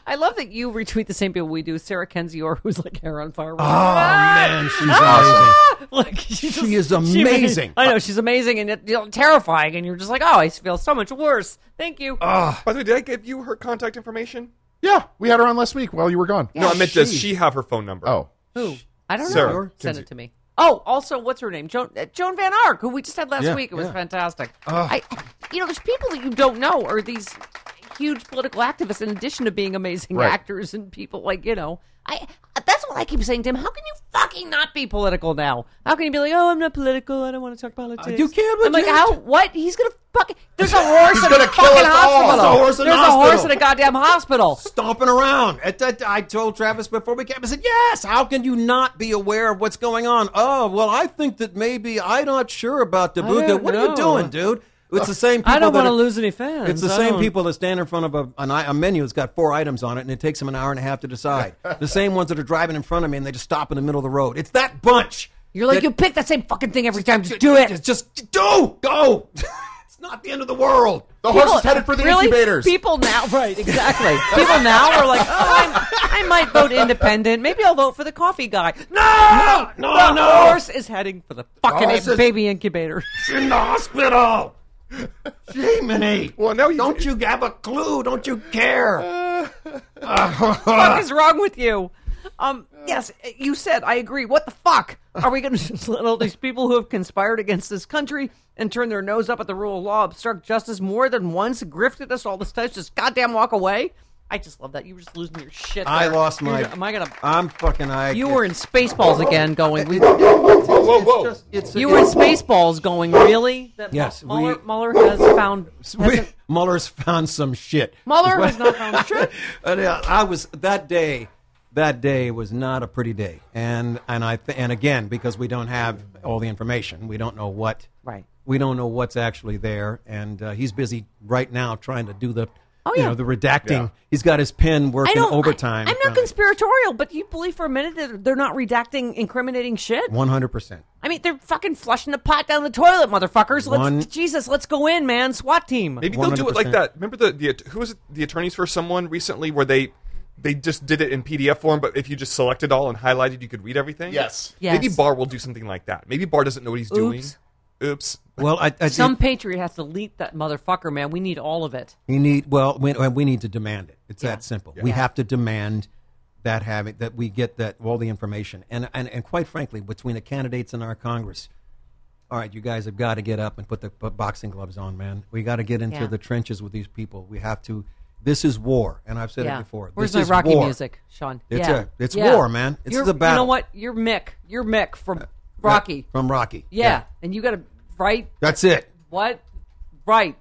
[SPEAKER 2] I love that you retweet the same people we do. Sarah Kenzior, who's like hair on fire. Ah!
[SPEAKER 4] Oh man, she's amazing.
[SPEAKER 2] like she, just-
[SPEAKER 4] She is
[SPEAKER 2] she really-
[SPEAKER 4] amazing.
[SPEAKER 2] I know she's amazing and yet, you know, terrifying, and you're just like, oh, I feel so much worse. Thank you.
[SPEAKER 5] By the way, did I give you her contact information?
[SPEAKER 7] Yeah, we had her on last week while you were gone.
[SPEAKER 5] no, I meant does she have her phone number?
[SPEAKER 7] Oh.
[SPEAKER 2] Who? I don't
[SPEAKER 5] Sarah
[SPEAKER 2] know. Send
[SPEAKER 5] Kinsey.
[SPEAKER 2] it to me. Oh, also, what's her name? Joan, uh, Joan Van Ark, who we just had last
[SPEAKER 4] Yeah,
[SPEAKER 2] week. It was
[SPEAKER 4] yeah.
[SPEAKER 2] fantastic. I, you know, there's people that you don't know are these huge political activists in addition to being amazing
[SPEAKER 7] Right.
[SPEAKER 2] actors and people like, you know. I That's what I keep saying to him. How can you fucking not be political now? How can you be like, oh, I'm not political. I don't want to talk politics.
[SPEAKER 4] you can't, but
[SPEAKER 2] I'm like,
[SPEAKER 4] you-
[SPEAKER 2] how? What? He's going to fucking. There's a horse
[SPEAKER 7] He's
[SPEAKER 2] in
[SPEAKER 7] gonna
[SPEAKER 2] a
[SPEAKER 7] kill
[SPEAKER 2] fucking
[SPEAKER 7] us all.
[SPEAKER 2] hospital.
[SPEAKER 4] There's a horse in a
[SPEAKER 2] There's a horse
[SPEAKER 4] hospital.
[SPEAKER 2] in a goddamn hospital.
[SPEAKER 4] stomping around. At that, I told Travis before we came. I said, "Yes. How can you not be aware of what's going on?" Oh, well, I think that maybe I'm not sure about the
[SPEAKER 2] don't
[SPEAKER 4] Buddha. What are you
[SPEAKER 2] know.
[SPEAKER 4] doing, dude? It's the same. People
[SPEAKER 2] I don't
[SPEAKER 4] that
[SPEAKER 2] want to
[SPEAKER 4] are-
[SPEAKER 2] lose any fans.
[SPEAKER 4] It's the
[SPEAKER 2] I
[SPEAKER 4] same
[SPEAKER 2] don't-
[SPEAKER 4] people that stand in front of a, an, i- a menu that's got four items on it, and it takes them an hour and a half to decide. the same ones that are driving in front of me, and they just stop in the middle of the road. It's that bunch.
[SPEAKER 2] You're like,
[SPEAKER 4] that-
[SPEAKER 2] you pick that same fucking thing every time. Just do it.
[SPEAKER 4] Just, just do go. it's not the end of the world.
[SPEAKER 7] The
[SPEAKER 2] People-
[SPEAKER 7] horse is headed for the
[SPEAKER 2] really?
[SPEAKER 7] incubators.
[SPEAKER 2] People now, right? Exactly. people now are like, oh, I'm, I might vote independent. Maybe I'll vote for the coffee guy. No,
[SPEAKER 4] No,
[SPEAKER 2] The
[SPEAKER 4] no.
[SPEAKER 2] horse is heading for the fucking
[SPEAKER 4] Horse is-
[SPEAKER 2] baby incubator.
[SPEAKER 4] It's in the hospital. Jiminy.
[SPEAKER 5] Well, now you-
[SPEAKER 4] don't you have a clue? Don't you care?
[SPEAKER 2] what is wrong with you? Um, yes, you said I agree. What the fuck are we going to just let all these people who have conspired against this country and turned their nose up at the rule of law, obstruct justice more than once, grifted us all this time, just goddamn walk away? I just love that you were just losing your shit.
[SPEAKER 4] I
[SPEAKER 2] there.
[SPEAKER 4] lost my.
[SPEAKER 2] You're- Am I gonna?
[SPEAKER 4] I'm fucking. I.
[SPEAKER 2] You were in Spaceballs again, going. We,
[SPEAKER 5] Whoa, whoa, whoa!
[SPEAKER 4] It's,
[SPEAKER 2] you were in Spaceballs, going. Really? That
[SPEAKER 4] Yes,
[SPEAKER 2] Mu- Mueller,
[SPEAKER 4] we-
[SPEAKER 2] Mueller has found.
[SPEAKER 4] We, Mueller's found some shit.
[SPEAKER 2] Mueller has not found shit.
[SPEAKER 4] And, uh, I was that day. That day was not a pretty day, and and I th- and again because we don't have all the information, we don't know what
[SPEAKER 2] Right.
[SPEAKER 4] We don't know what's actually there, and uh, he's busy right now trying to do the
[SPEAKER 2] Oh,
[SPEAKER 4] you
[SPEAKER 2] yeah.
[SPEAKER 4] know the redacting. He's got his pen working overtime.
[SPEAKER 2] I, am not conspiratorial, but you believe for a minute that they're not redacting incriminating shit?
[SPEAKER 4] One hundred percent.
[SPEAKER 2] I mean, they're fucking flushing the pot down the toilet, motherfuckers. Let's
[SPEAKER 4] One-
[SPEAKER 2] Jesus, let's go in, man. SWAT team.
[SPEAKER 5] Maybe they'll do it like
[SPEAKER 4] 100%.
[SPEAKER 5] that. Remember the, the who was it, the attorneys for someone recently where they they just did it in PDF form, but if you just select it all and highlighted, you could read everything.
[SPEAKER 7] Yes.
[SPEAKER 5] Maybe
[SPEAKER 2] Yes.
[SPEAKER 5] Barr will do something like that. Maybe Barr doesn't know what he's doing.
[SPEAKER 2] Oops.
[SPEAKER 5] Oops.
[SPEAKER 4] Well, I, I
[SPEAKER 2] Some
[SPEAKER 4] think
[SPEAKER 2] patriot has to leap that motherfucker, man. We need all of it.
[SPEAKER 4] you need well we, we need to demand it. It's that simple. We have to demand that having that we get that all the information and and and quite frankly between the candidates in our Congress. All right, you guys have got to get up and put the put boxing gloves on, man. We got to get into
[SPEAKER 2] Yeah.
[SPEAKER 4] the trenches with these people. We have to. This is war, and I've said
[SPEAKER 2] Yeah.
[SPEAKER 4] it before.
[SPEAKER 2] Where's
[SPEAKER 4] this
[SPEAKER 2] my
[SPEAKER 4] is
[SPEAKER 2] Rocky
[SPEAKER 4] war.
[SPEAKER 2] music, Sean?
[SPEAKER 4] It's
[SPEAKER 2] yeah.
[SPEAKER 4] a- it's
[SPEAKER 2] Yeah.
[SPEAKER 4] war, man. This
[SPEAKER 2] You're-
[SPEAKER 4] is a battle. Uh,
[SPEAKER 2] You know what? You're Mick. You're Mick from Rocky.
[SPEAKER 4] from Rocky.
[SPEAKER 2] yeah. and you got to right.
[SPEAKER 4] That's it.
[SPEAKER 2] What? Right.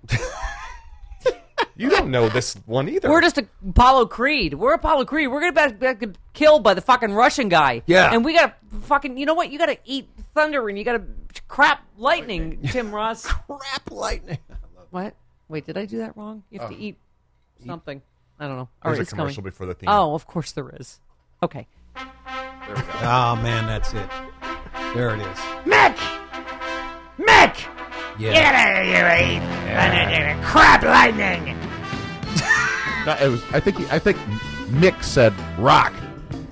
[SPEAKER 5] You don't know this one either.
[SPEAKER 2] We're just Apollo Creed. We're Apollo Creed. We're gonna be, be, be killed by the fucking Russian guy.
[SPEAKER 4] Yeah.
[SPEAKER 2] and we gotta fucking. You know what? You gotta eat thunder and you gotta crap lightning. Tim Ross.
[SPEAKER 4] Crap lightning.
[SPEAKER 2] What? Wait, did I do that wrong? You have to eat something. I don't know. All
[SPEAKER 5] There's
[SPEAKER 2] right,
[SPEAKER 5] a
[SPEAKER 2] it's coming.
[SPEAKER 5] commercial before the theme.
[SPEAKER 2] Oh, of course there is. Okay.
[SPEAKER 4] Oh man, that's it. There it is.
[SPEAKER 6] Mick! Mick!
[SPEAKER 4] Yeah.
[SPEAKER 6] out of here, you crap lightning!
[SPEAKER 7] No, it was, I think he, I think Mick said rock.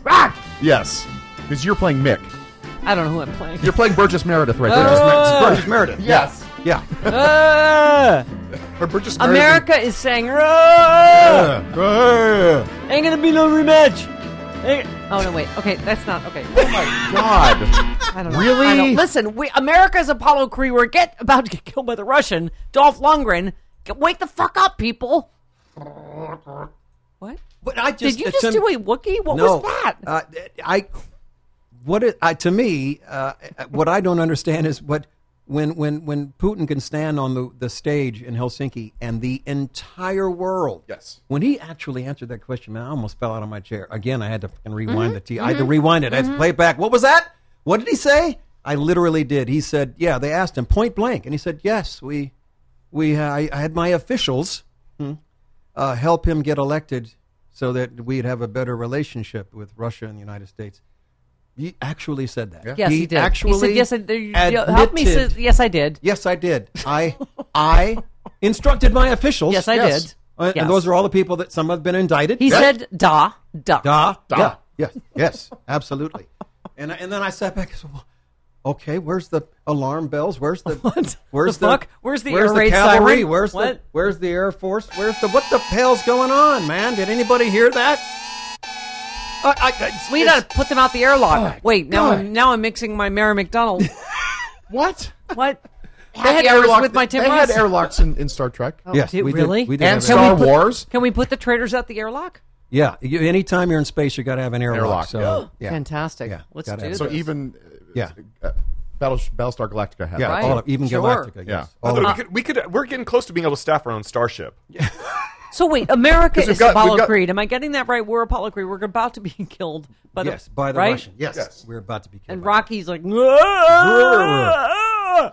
[SPEAKER 6] Rock!
[SPEAKER 7] Yes, because you're playing Mick.
[SPEAKER 2] I don't know who I'm playing.
[SPEAKER 7] You're playing Burgess Meredith right there.
[SPEAKER 5] Oh,
[SPEAKER 4] Burgess Meredith.
[SPEAKER 7] Yes.
[SPEAKER 4] Yeah.
[SPEAKER 2] Ah!
[SPEAKER 5] Or Burgess Meredith- Oh.
[SPEAKER 2] America is saying, "Rah!
[SPEAKER 4] Yeah.
[SPEAKER 2] ain't gonna be no rematch. Ain't- Oh no, wait. Okay, that's not okay.
[SPEAKER 7] God.
[SPEAKER 2] I don't know.
[SPEAKER 7] Really?
[SPEAKER 2] I don't- listen, we America's Apollo Creed. We're get about to get killed by the Russian Dolph Lundgren. Get, wake the fuck up, people! What?
[SPEAKER 4] But I just,
[SPEAKER 2] Did you just
[SPEAKER 4] to-
[SPEAKER 2] do a Wookiee? What
[SPEAKER 4] no,
[SPEAKER 2] was that?
[SPEAKER 4] Uh, I. What it, I, to me, uh, what I don't understand is what when when when Putin can stand on the, the stage in Helsinki and the entire world.
[SPEAKER 5] Yes.
[SPEAKER 4] When he actually answered that question, man, I almost fell out of my chair. Again, I had to fucking
[SPEAKER 2] Mm-hmm,
[SPEAKER 4] rewind the t. I had to rewind it. I had to play it back. What was that? What did he say? I literally did. He said, "Yeah." They asked him point blank, and he said, "Yes, we, we. Uh, I, I had my officials." uh, help him get elected so that we'd have a better relationship with Russia and the United States. He actually said that.
[SPEAKER 2] yes, he, did. he
[SPEAKER 4] Actually,
[SPEAKER 2] said, "Yes, I, you, help me."
[SPEAKER 4] admitted-
[SPEAKER 2] Says, yes, I did.
[SPEAKER 4] yes, I did. I I instructed my officials.
[SPEAKER 2] Yes, I
[SPEAKER 7] Yes.
[SPEAKER 2] did.
[SPEAKER 4] Uh,
[SPEAKER 2] Yes.
[SPEAKER 4] And those are all the people that some have been indicted.
[SPEAKER 2] He said, "Da, da."
[SPEAKER 4] "Da, da,
[SPEAKER 7] Da.
[SPEAKER 4] yes, yes, absolutely." And I- and then I sat back and said, well, "Okay, where's the alarm bells? Where's the
[SPEAKER 2] What
[SPEAKER 4] where's
[SPEAKER 2] the
[SPEAKER 4] the,
[SPEAKER 2] fuck? Where's the air raid
[SPEAKER 4] cavalry?
[SPEAKER 2] siren?
[SPEAKER 4] Where's the
[SPEAKER 2] What?
[SPEAKER 4] where's the air force? Where's the what the hell's going on, man? Did anybody hear that?" I, I, it's-
[SPEAKER 2] We
[SPEAKER 4] it's-
[SPEAKER 2] gotta put them out the airlock. Wait, now
[SPEAKER 7] God.
[SPEAKER 2] I'm now I'm mixing my Mary McDonald.
[SPEAKER 7] What?
[SPEAKER 2] what? I had errors
[SPEAKER 7] airlock-
[SPEAKER 2] with my Tim
[SPEAKER 7] They
[SPEAKER 2] Ross.
[SPEAKER 7] had airlocks in, in Star Trek
[SPEAKER 4] Yes,
[SPEAKER 2] Did-
[SPEAKER 4] we
[SPEAKER 2] Oh, really?
[SPEAKER 4] Did, we did
[SPEAKER 7] and
[SPEAKER 4] have
[SPEAKER 2] Can
[SPEAKER 4] air-
[SPEAKER 7] Star
[SPEAKER 2] we put-
[SPEAKER 7] Wars.
[SPEAKER 2] Can we put the traitors out the airlock?
[SPEAKER 4] yeah, you, anytime you're in space, you got to have an airlock.
[SPEAKER 7] Airlock.
[SPEAKER 4] So, yeah,
[SPEAKER 2] Fantastic.
[SPEAKER 4] Yeah,
[SPEAKER 2] Let's
[SPEAKER 4] gotta
[SPEAKER 2] do
[SPEAKER 4] have
[SPEAKER 2] this.
[SPEAKER 7] So even
[SPEAKER 4] Yeah.
[SPEAKER 7] uh, Battle, Battlestar Galactica had.
[SPEAKER 4] yeah,
[SPEAKER 7] that.
[SPEAKER 2] Right.
[SPEAKER 4] all of, even
[SPEAKER 2] Sure.
[SPEAKER 4] Galactica.
[SPEAKER 7] Yeah.
[SPEAKER 4] Yes. All
[SPEAKER 5] Although
[SPEAKER 4] of-
[SPEAKER 5] we, could, we could. We're getting close to being able to staff our own starship.
[SPEAKER 2] so wait, America
[SPEAKER 5] 'Cause we've
[SPEAKER 2] is
[SPEAKER 5] got-
[SPEAKER 2] Apollo
[SPEAKER 5] we've got-
[SPEAKER 2] Creed. Am I getting that right? We're Apollo Creed. We're about to be killed by the
[SPEAKER 4] yes, by the
[SPEAKER 2] right?
[SPEAKER 4] Russian. Yes.
[SPEAKER 7] Yes.
[SPEAKER 4] we're about to be killed.
[SPEAKER 2] And
[SPEAKER 4] by
[SPEAKER 2] Rocky's like, "Ah!"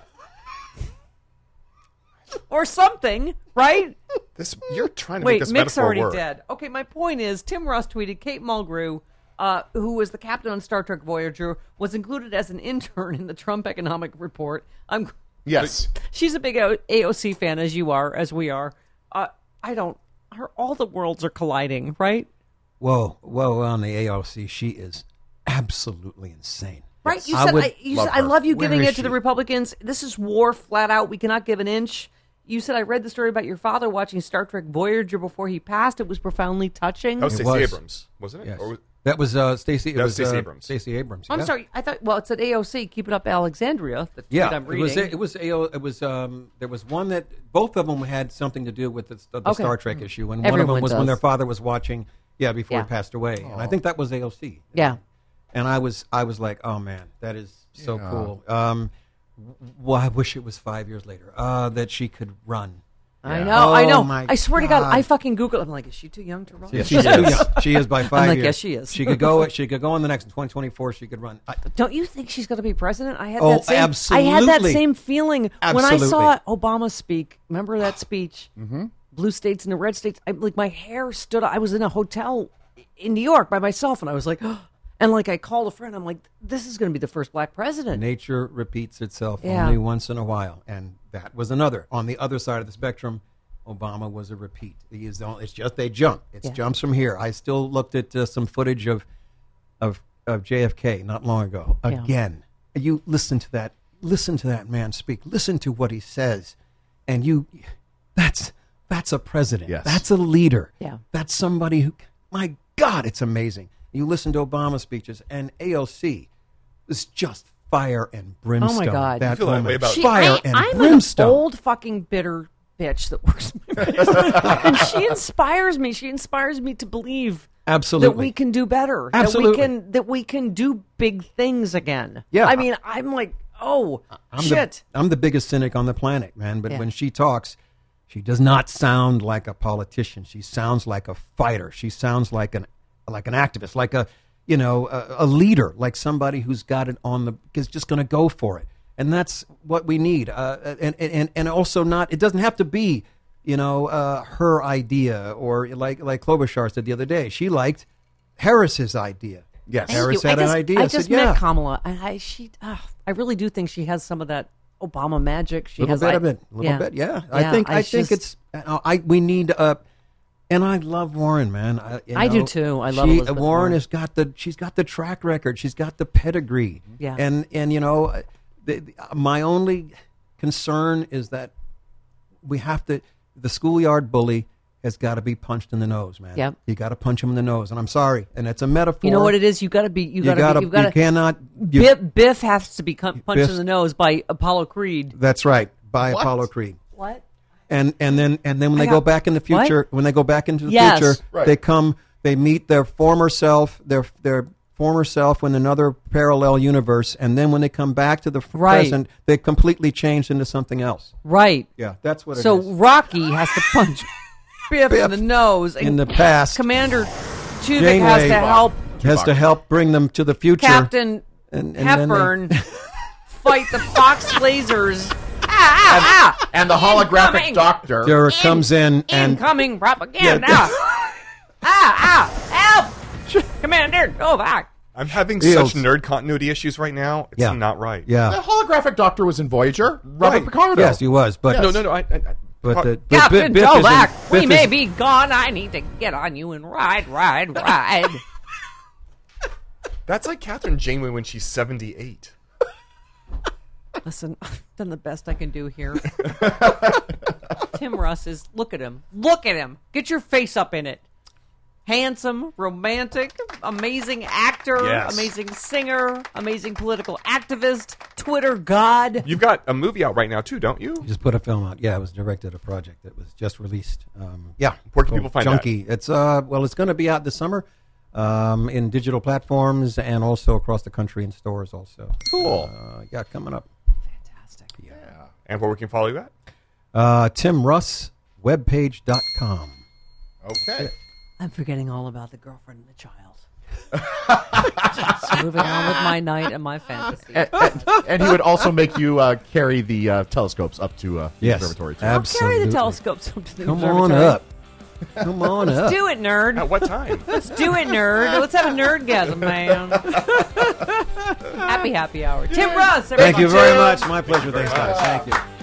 [SPEAKER 2] or something, right?
[SPEAKER 5] This you're trying to
[SPEAKER 2] Wait,
[SPEAKER 5] make this
[SPEAKER 2] Mick's
[SPEAKER 5] metaphor
[SPEAKER 2] already
[SPEAKER 5] work.
[SPEAKER 2] dead. Okay, my point is Tim Russ tweeted Kate Mulgrew, uh, who was the captain on Star Trek Voyager, was included as an intern in the Trump Economic Report. I'm,
[SPEAKER 7] Yes.
[SPEAKER 2] she's a big AO- AOC fan, as you are, as we are. Uh, I don't. Her, all the worlds are colliding, right?
[SPEAKER 4] Whoa, whoa! On the AOC, she is absolutely insane.
[SPEAKER 2] Right? You
[SPEAKER 4] I
[SPEAKER 2] said,
[SPEAKER 4] would
[SPEAKER 2] I, you
[SPEAKER 7] love
[SPEAKER 2] said I
[SPEAKER 7] her.
[SPEAKER 2] love you
[SPEAKER 4] Where
[SPEAKER 2] giving
[SPEAKER 4] is
[SPEAKER 2] it to the
[SPEAKER 4] she?
[SPEAKER 2] Republicans. This is war flat out. We cannot give an inch. You said, I read the story about your father watching Star Trek Voyager before he passed. It was profoundly touching.
[SPEAKER 5] That was Stacey
[SPEAKER 4] was.
[SPEAKER 5] Abrams, wasn't it?
[SPEAKER 4] Yes.
[SPEAKER 5] Or was-
[SPEAKER 4] That was uh, Stacey. It
[SPEAKER 5] That was
[SPEAKER 4] was
[SPEAKER 5] Stacey
[SPEAKER 4] uh,
[SPEAKER 5] Abrams.
[SPEAKER 4] Stacey Abrams.
[SPEAKER 2] I'm
[SPEAKER 4] yeah.
[SPEAKER 2] sorry. I thought. Well, it's at AOC. Keep it up, Alexandria. The tweet
[SPEAKER 4] Yeah,
[SPEAKER 2] I'm
[SPEAKER 4] it was
[SPEAKER 2] reading.
[SPEAKER 4] it was AO, it was um there was one that both of them had something to do with the, the
[SPEAKER 2] Okay.
[SPEAKER 4] Star Trek issue, and one of
[SPEAKER 2] Everyone
[SPEAKER 4] them was when their
[SPEAKER 2] does.
[SPEAKER 4] father was watching. Yeah, before
[SPEAKER 2] Yeah.
[SPEAKER 4] he passed away, and I think that was AOC.
[SPEAKER 2] yeah.
[SPEAKER 4] and I was I was like, oh man, that is so cool. Um, w- well, I wish it was five years later uh, that she could run.
[SPEAKER 2] I know. I
[SPEAKER 4] Oh,
[SPEAKER 2] know.
[SPEAKER 4] my
[SPEAKER 2] I swear to God,
[SPEAKER 4] God.
[SPEAKER 2] I fucking Google. I'm like, is she too young to run?
[SPEAKER 4] She's too young. She is by 5
[SPEAKER 2] like,
[SPEAKER 4] years.
[SPEAKER 2] yes, she is.
[SPEAKER 4] She could go. She could go on the next twenty twenty four. She could run. uh, I,
[SPEAKER 2] Don't you think she's going to be president? I had
[SPEAKER 4] Oh,
[SPEAKER 2] that same. I had that
[SPEAKER 4] absolutely.
[SPEAKER 2] same feeling when I saw
[SPEAKER 4] Absolutely.
[SPEAKER 2] Obama speak. Remember that speech? mm-hmm. Blue states and the red states. I, like my hair stood. up. I was in a hotel in New York by myself, and I was like, and like I called a friend. I'm like, this is going to be the first black president.
[SPEAKER 4] nature repeats itself
[SPEAKER 2] Yeah.
[SPEAKER 4] only once in a while, and that was another. On the other side of the spectrum, Obama was a repeat. He is the only, it's just they jump. It's jumps from here. I still looked at uh, some footage of of of JFK not long ago. Again, you listen to that. Listen to that man speak. Listen to what he says, and you. That's that's a president.
[SPEAKER 7] Yes.
[SPEAKER 4] That's a leader.
[SPEAKER 2] Yeah.
[SPEAKER 4] That's somebody who. My God, it's amazing. You listen to Obama speeches and AOC is just fire and brimstone.
[SPEAKER 2] Oh God.
[SPEAKER 4] that
[SPEAKER 2] I
[SPEAKER 5] feel that
[SPEAKER 4] woman.
[SPEAKER 5] way about- She-
[SPEAKER 4] fire
[SPEAKER 2] I,
[SPEAKER 4] and
[SPEAKER 2] I'm
[SPEAKER 4] brimstone.
[SPEAKER 2] an old fucking bitter bitch that works. my business. and she inspires me. She inspires me to believe that
[SPEAKER 4] Absolutely.
[SPEAKER 2] we can do better.
[SPEAKER 4] Absolutely.
[SPEAKER 2] That we can that we can do big things again.
[SPEAKER 4] Yeah.
[SPEAKER 2] I mean, I'm like, oh
[SPEAKER 4] I'm
[SPEAKER 2] shit.
[SPEAKER 4] The, I'm the biggest cynic on the planet, man. But
[SPEAKER 2] Yeah.
[SPEAKER 4] when she talks, she does not sound like a politician. She sounds like a fighter. She sounds like an like an activist, like a you know a, a leader, like somebody who's got it on the is just going to go for it. And that's what we need. Uh, and and- and and also not. It doesn't have to be you know uh, her idea or like like Klobuchar said the other day. She liked Harris's idea.
[SPEAKER 7] Yes. Thank
[SPEAKER 4] Harris
[SPEAKER 2] you.
[SPEAKER 4] had
[SPEAKER 2] I just,
[SPEAKER 4] an idea.
[SPEAKER 2] I
[SPEAKER 4] said,
[SPEAKER 2] just
[SPEAKER 4] yeah.
[SPEAKER 2] met Kamala. I, I she uh, I really do think she has some of that Obama magic. She
[SPEAKER 4] little
[SPEAKER 2] has
[SPEAKER 4] bit
[SPEAKER 2] I-
[SPEAKER 4] of it, little bit, yeah. I think I, think
[SPEAKER 2] just-
[SPEAKER 4] it's I I- we need uh, and I love Warren, man. I, you
[SPEAKER 2] I do
[SPEAKER 4] know,
[SPEAKER 2] too. I love
[SPEAKER 4] she, uh,
[SPEAKER 2] Elizabeth
[SPEAKER 4] Warren,
[SPEAKER 2] Warren.
[SPEAKER 4] has got the she's got the track record. She's got the pedigree.
[SPEAKER 2] Yeah.
[SPEAKER 4] and and you know, uh, the, the- uh, my only concern is that we have to the schoolyard bully has got to be punched in the nose, man.
[SPEAKER 2] Yep.
[SPEAKER 4] you got to punch him in the nose, and I'm sorry, and it's a metaphor.
[SPEAKER 2] You know what it is? You got to be. You
[SPEAKER 4] You
[SPEAKER 2] got
[SPEAKER 4] gotta-
[SPEAKER 2] to. You got to.
[SPEAKER 4] you cannot- you-
[SPEAKER 2] Biff, Biff has to be cum- punched in
[SPEAKER 4] Biff's-
[SPEAKER 2] the nose by Apollo Creed.
[SPEAKER 4] That's right, by Apollo Creed.
[SPEAKER 2] What?
[SPEAKER 4] and and then and then when they
[SPEAKER 2] I
[SPEAKER 4] go
[SPEAKER 2] got-
[SPEAKER 4] back in the
[SPEAKER 2] what?
[SPEAKER 4] future, when they go back into the
[SPEAKER 2] Yes.
[SPEAKER 4] future,
[SPEAKER 7] Right.
[SPEAKER 4] they come, they meet their former self, their their former self in another parallel universe, and then when they come back to the f-
[SPEAKER 2] Right.
[SPEAKER 4] present, they completely changed into something else.
[SPEAKER 2] Right.
[SPEAKER 4] Yeah, that's what
[SPEAKER 2] So
[SPEAKER 4] it is.
[SPEAKER 2] Rocky has to punch Biff, in the nose. and
[SPEAKER 4] in the past.
[SPEAKER 2] Commander Tuvok has
[SPEAKER 4] Janeway
[SPEAKER 2] to help
[SPEAKER 4] has to help bring them to the future.
[SPEAKER 2] Captain
[SPEAKER 4] And- and then they-
[SPEAKER 2] Hepburn fight the Fox lasers. ah, ah, ah.
[SPEAKER 7] And the holographic
[SPEAKER 2] Incoming.
[SPEAKER 7] doctor.
[SPEAKER 4] Dura comes in and
[SPEAKER 2] Incoming propaganda. ah, ah, help, Commander Tuvok.
[SPEAKER 5] I'm having
[SPEAKER 4] Fields.
[SPEAKER 5] such nerd continuity issues right now. It's
[SPEAKER 4] Yeah.
[SPEAKER 5] not right.
[SPEAKER 7] The
[SPEAKER 4] yeah,
[SPEAKER 7] holographic doctor was in Voyager. Robert
[SPEAKER 5] Right.
[SPEAKER 7] Picardo.
[SPEAKER 4] yes, he was, but
[SPEAKER 5] No, no, no. I, I, I-
[SPEAKER 4] But the, but
[SPEAKER 2] Captain
[SPEAKER 4] Biff- Biff is in-
[SPEAKER 2] Tuvok, we
[SPEAKER 4] Biff
[SPEAKER 2] may
[SPEAKER 4] is-
[SPEAKER 2] be gone. I need to get on you and ride, ride, ride.
[SPEAKER 5] that's like Catherine Janeway when she's 78.
[SPEAKER 2] Listen, I've done the best I can do here. Tim Russ is look at him. Look at him. Get your face up in it. Handsome, romantic, amazing actor,
[SPEAKER 5] Yes.
[SPEAKER 2] amazing singer, amazing political activist, Twitter god.
[SPEAKER 5] You've got a movie out right now too, don't you?
[SPEAKER 4] just put a film out. Yeah, it was directed a project that was just released. Um, yeah,
[SPEAKER 5] Where can
[SPEAKER 4] called
[SPEAKER 5] people find
[SPEAKER 4] Junkie? It's uh, well, it's going to be out this summer um, in digital platforms and also across the country in stores. Also,
[SPEAKER 7] Cool.
[SPEAKER 4] uh, yeah, coming up.
[SPEAKER 5] And where we can follow you at?
[SPEAKER 4] Uh, Tim Russ webpage.com.
[SPEAKER 7] Uh, Okay.
[SPEAKER 2] I'm forgetting all about the girlfriend and the child. Just moving on with my night and my fantasy.
[SPEAKER 7] and, and- and he would also make you uh, carry the uh, telescopes up to uh, the
[SPEAKER 4] Yes,
[SPEAKER 7] observatory. Too.
[SPEAKER 4] absolutely.
[SPEAKER 2] Carry the telescopes up to the
[SPEAKER 4] Come on
[SPEAKER 2] observatory.
[SPEAKER 4] up. Come on up.
[SPEAKER 2] Do it, nerd.
[SPEAKER 5] At what time?
[SPEAKER 2] Let's do it, nerd. Let's have a nerdgasm, man. happy, happy hour. Tim Russ, everybody.
[SPEAKER 4] Thank you very much. My pleasure. Thanks, guys. Thank you.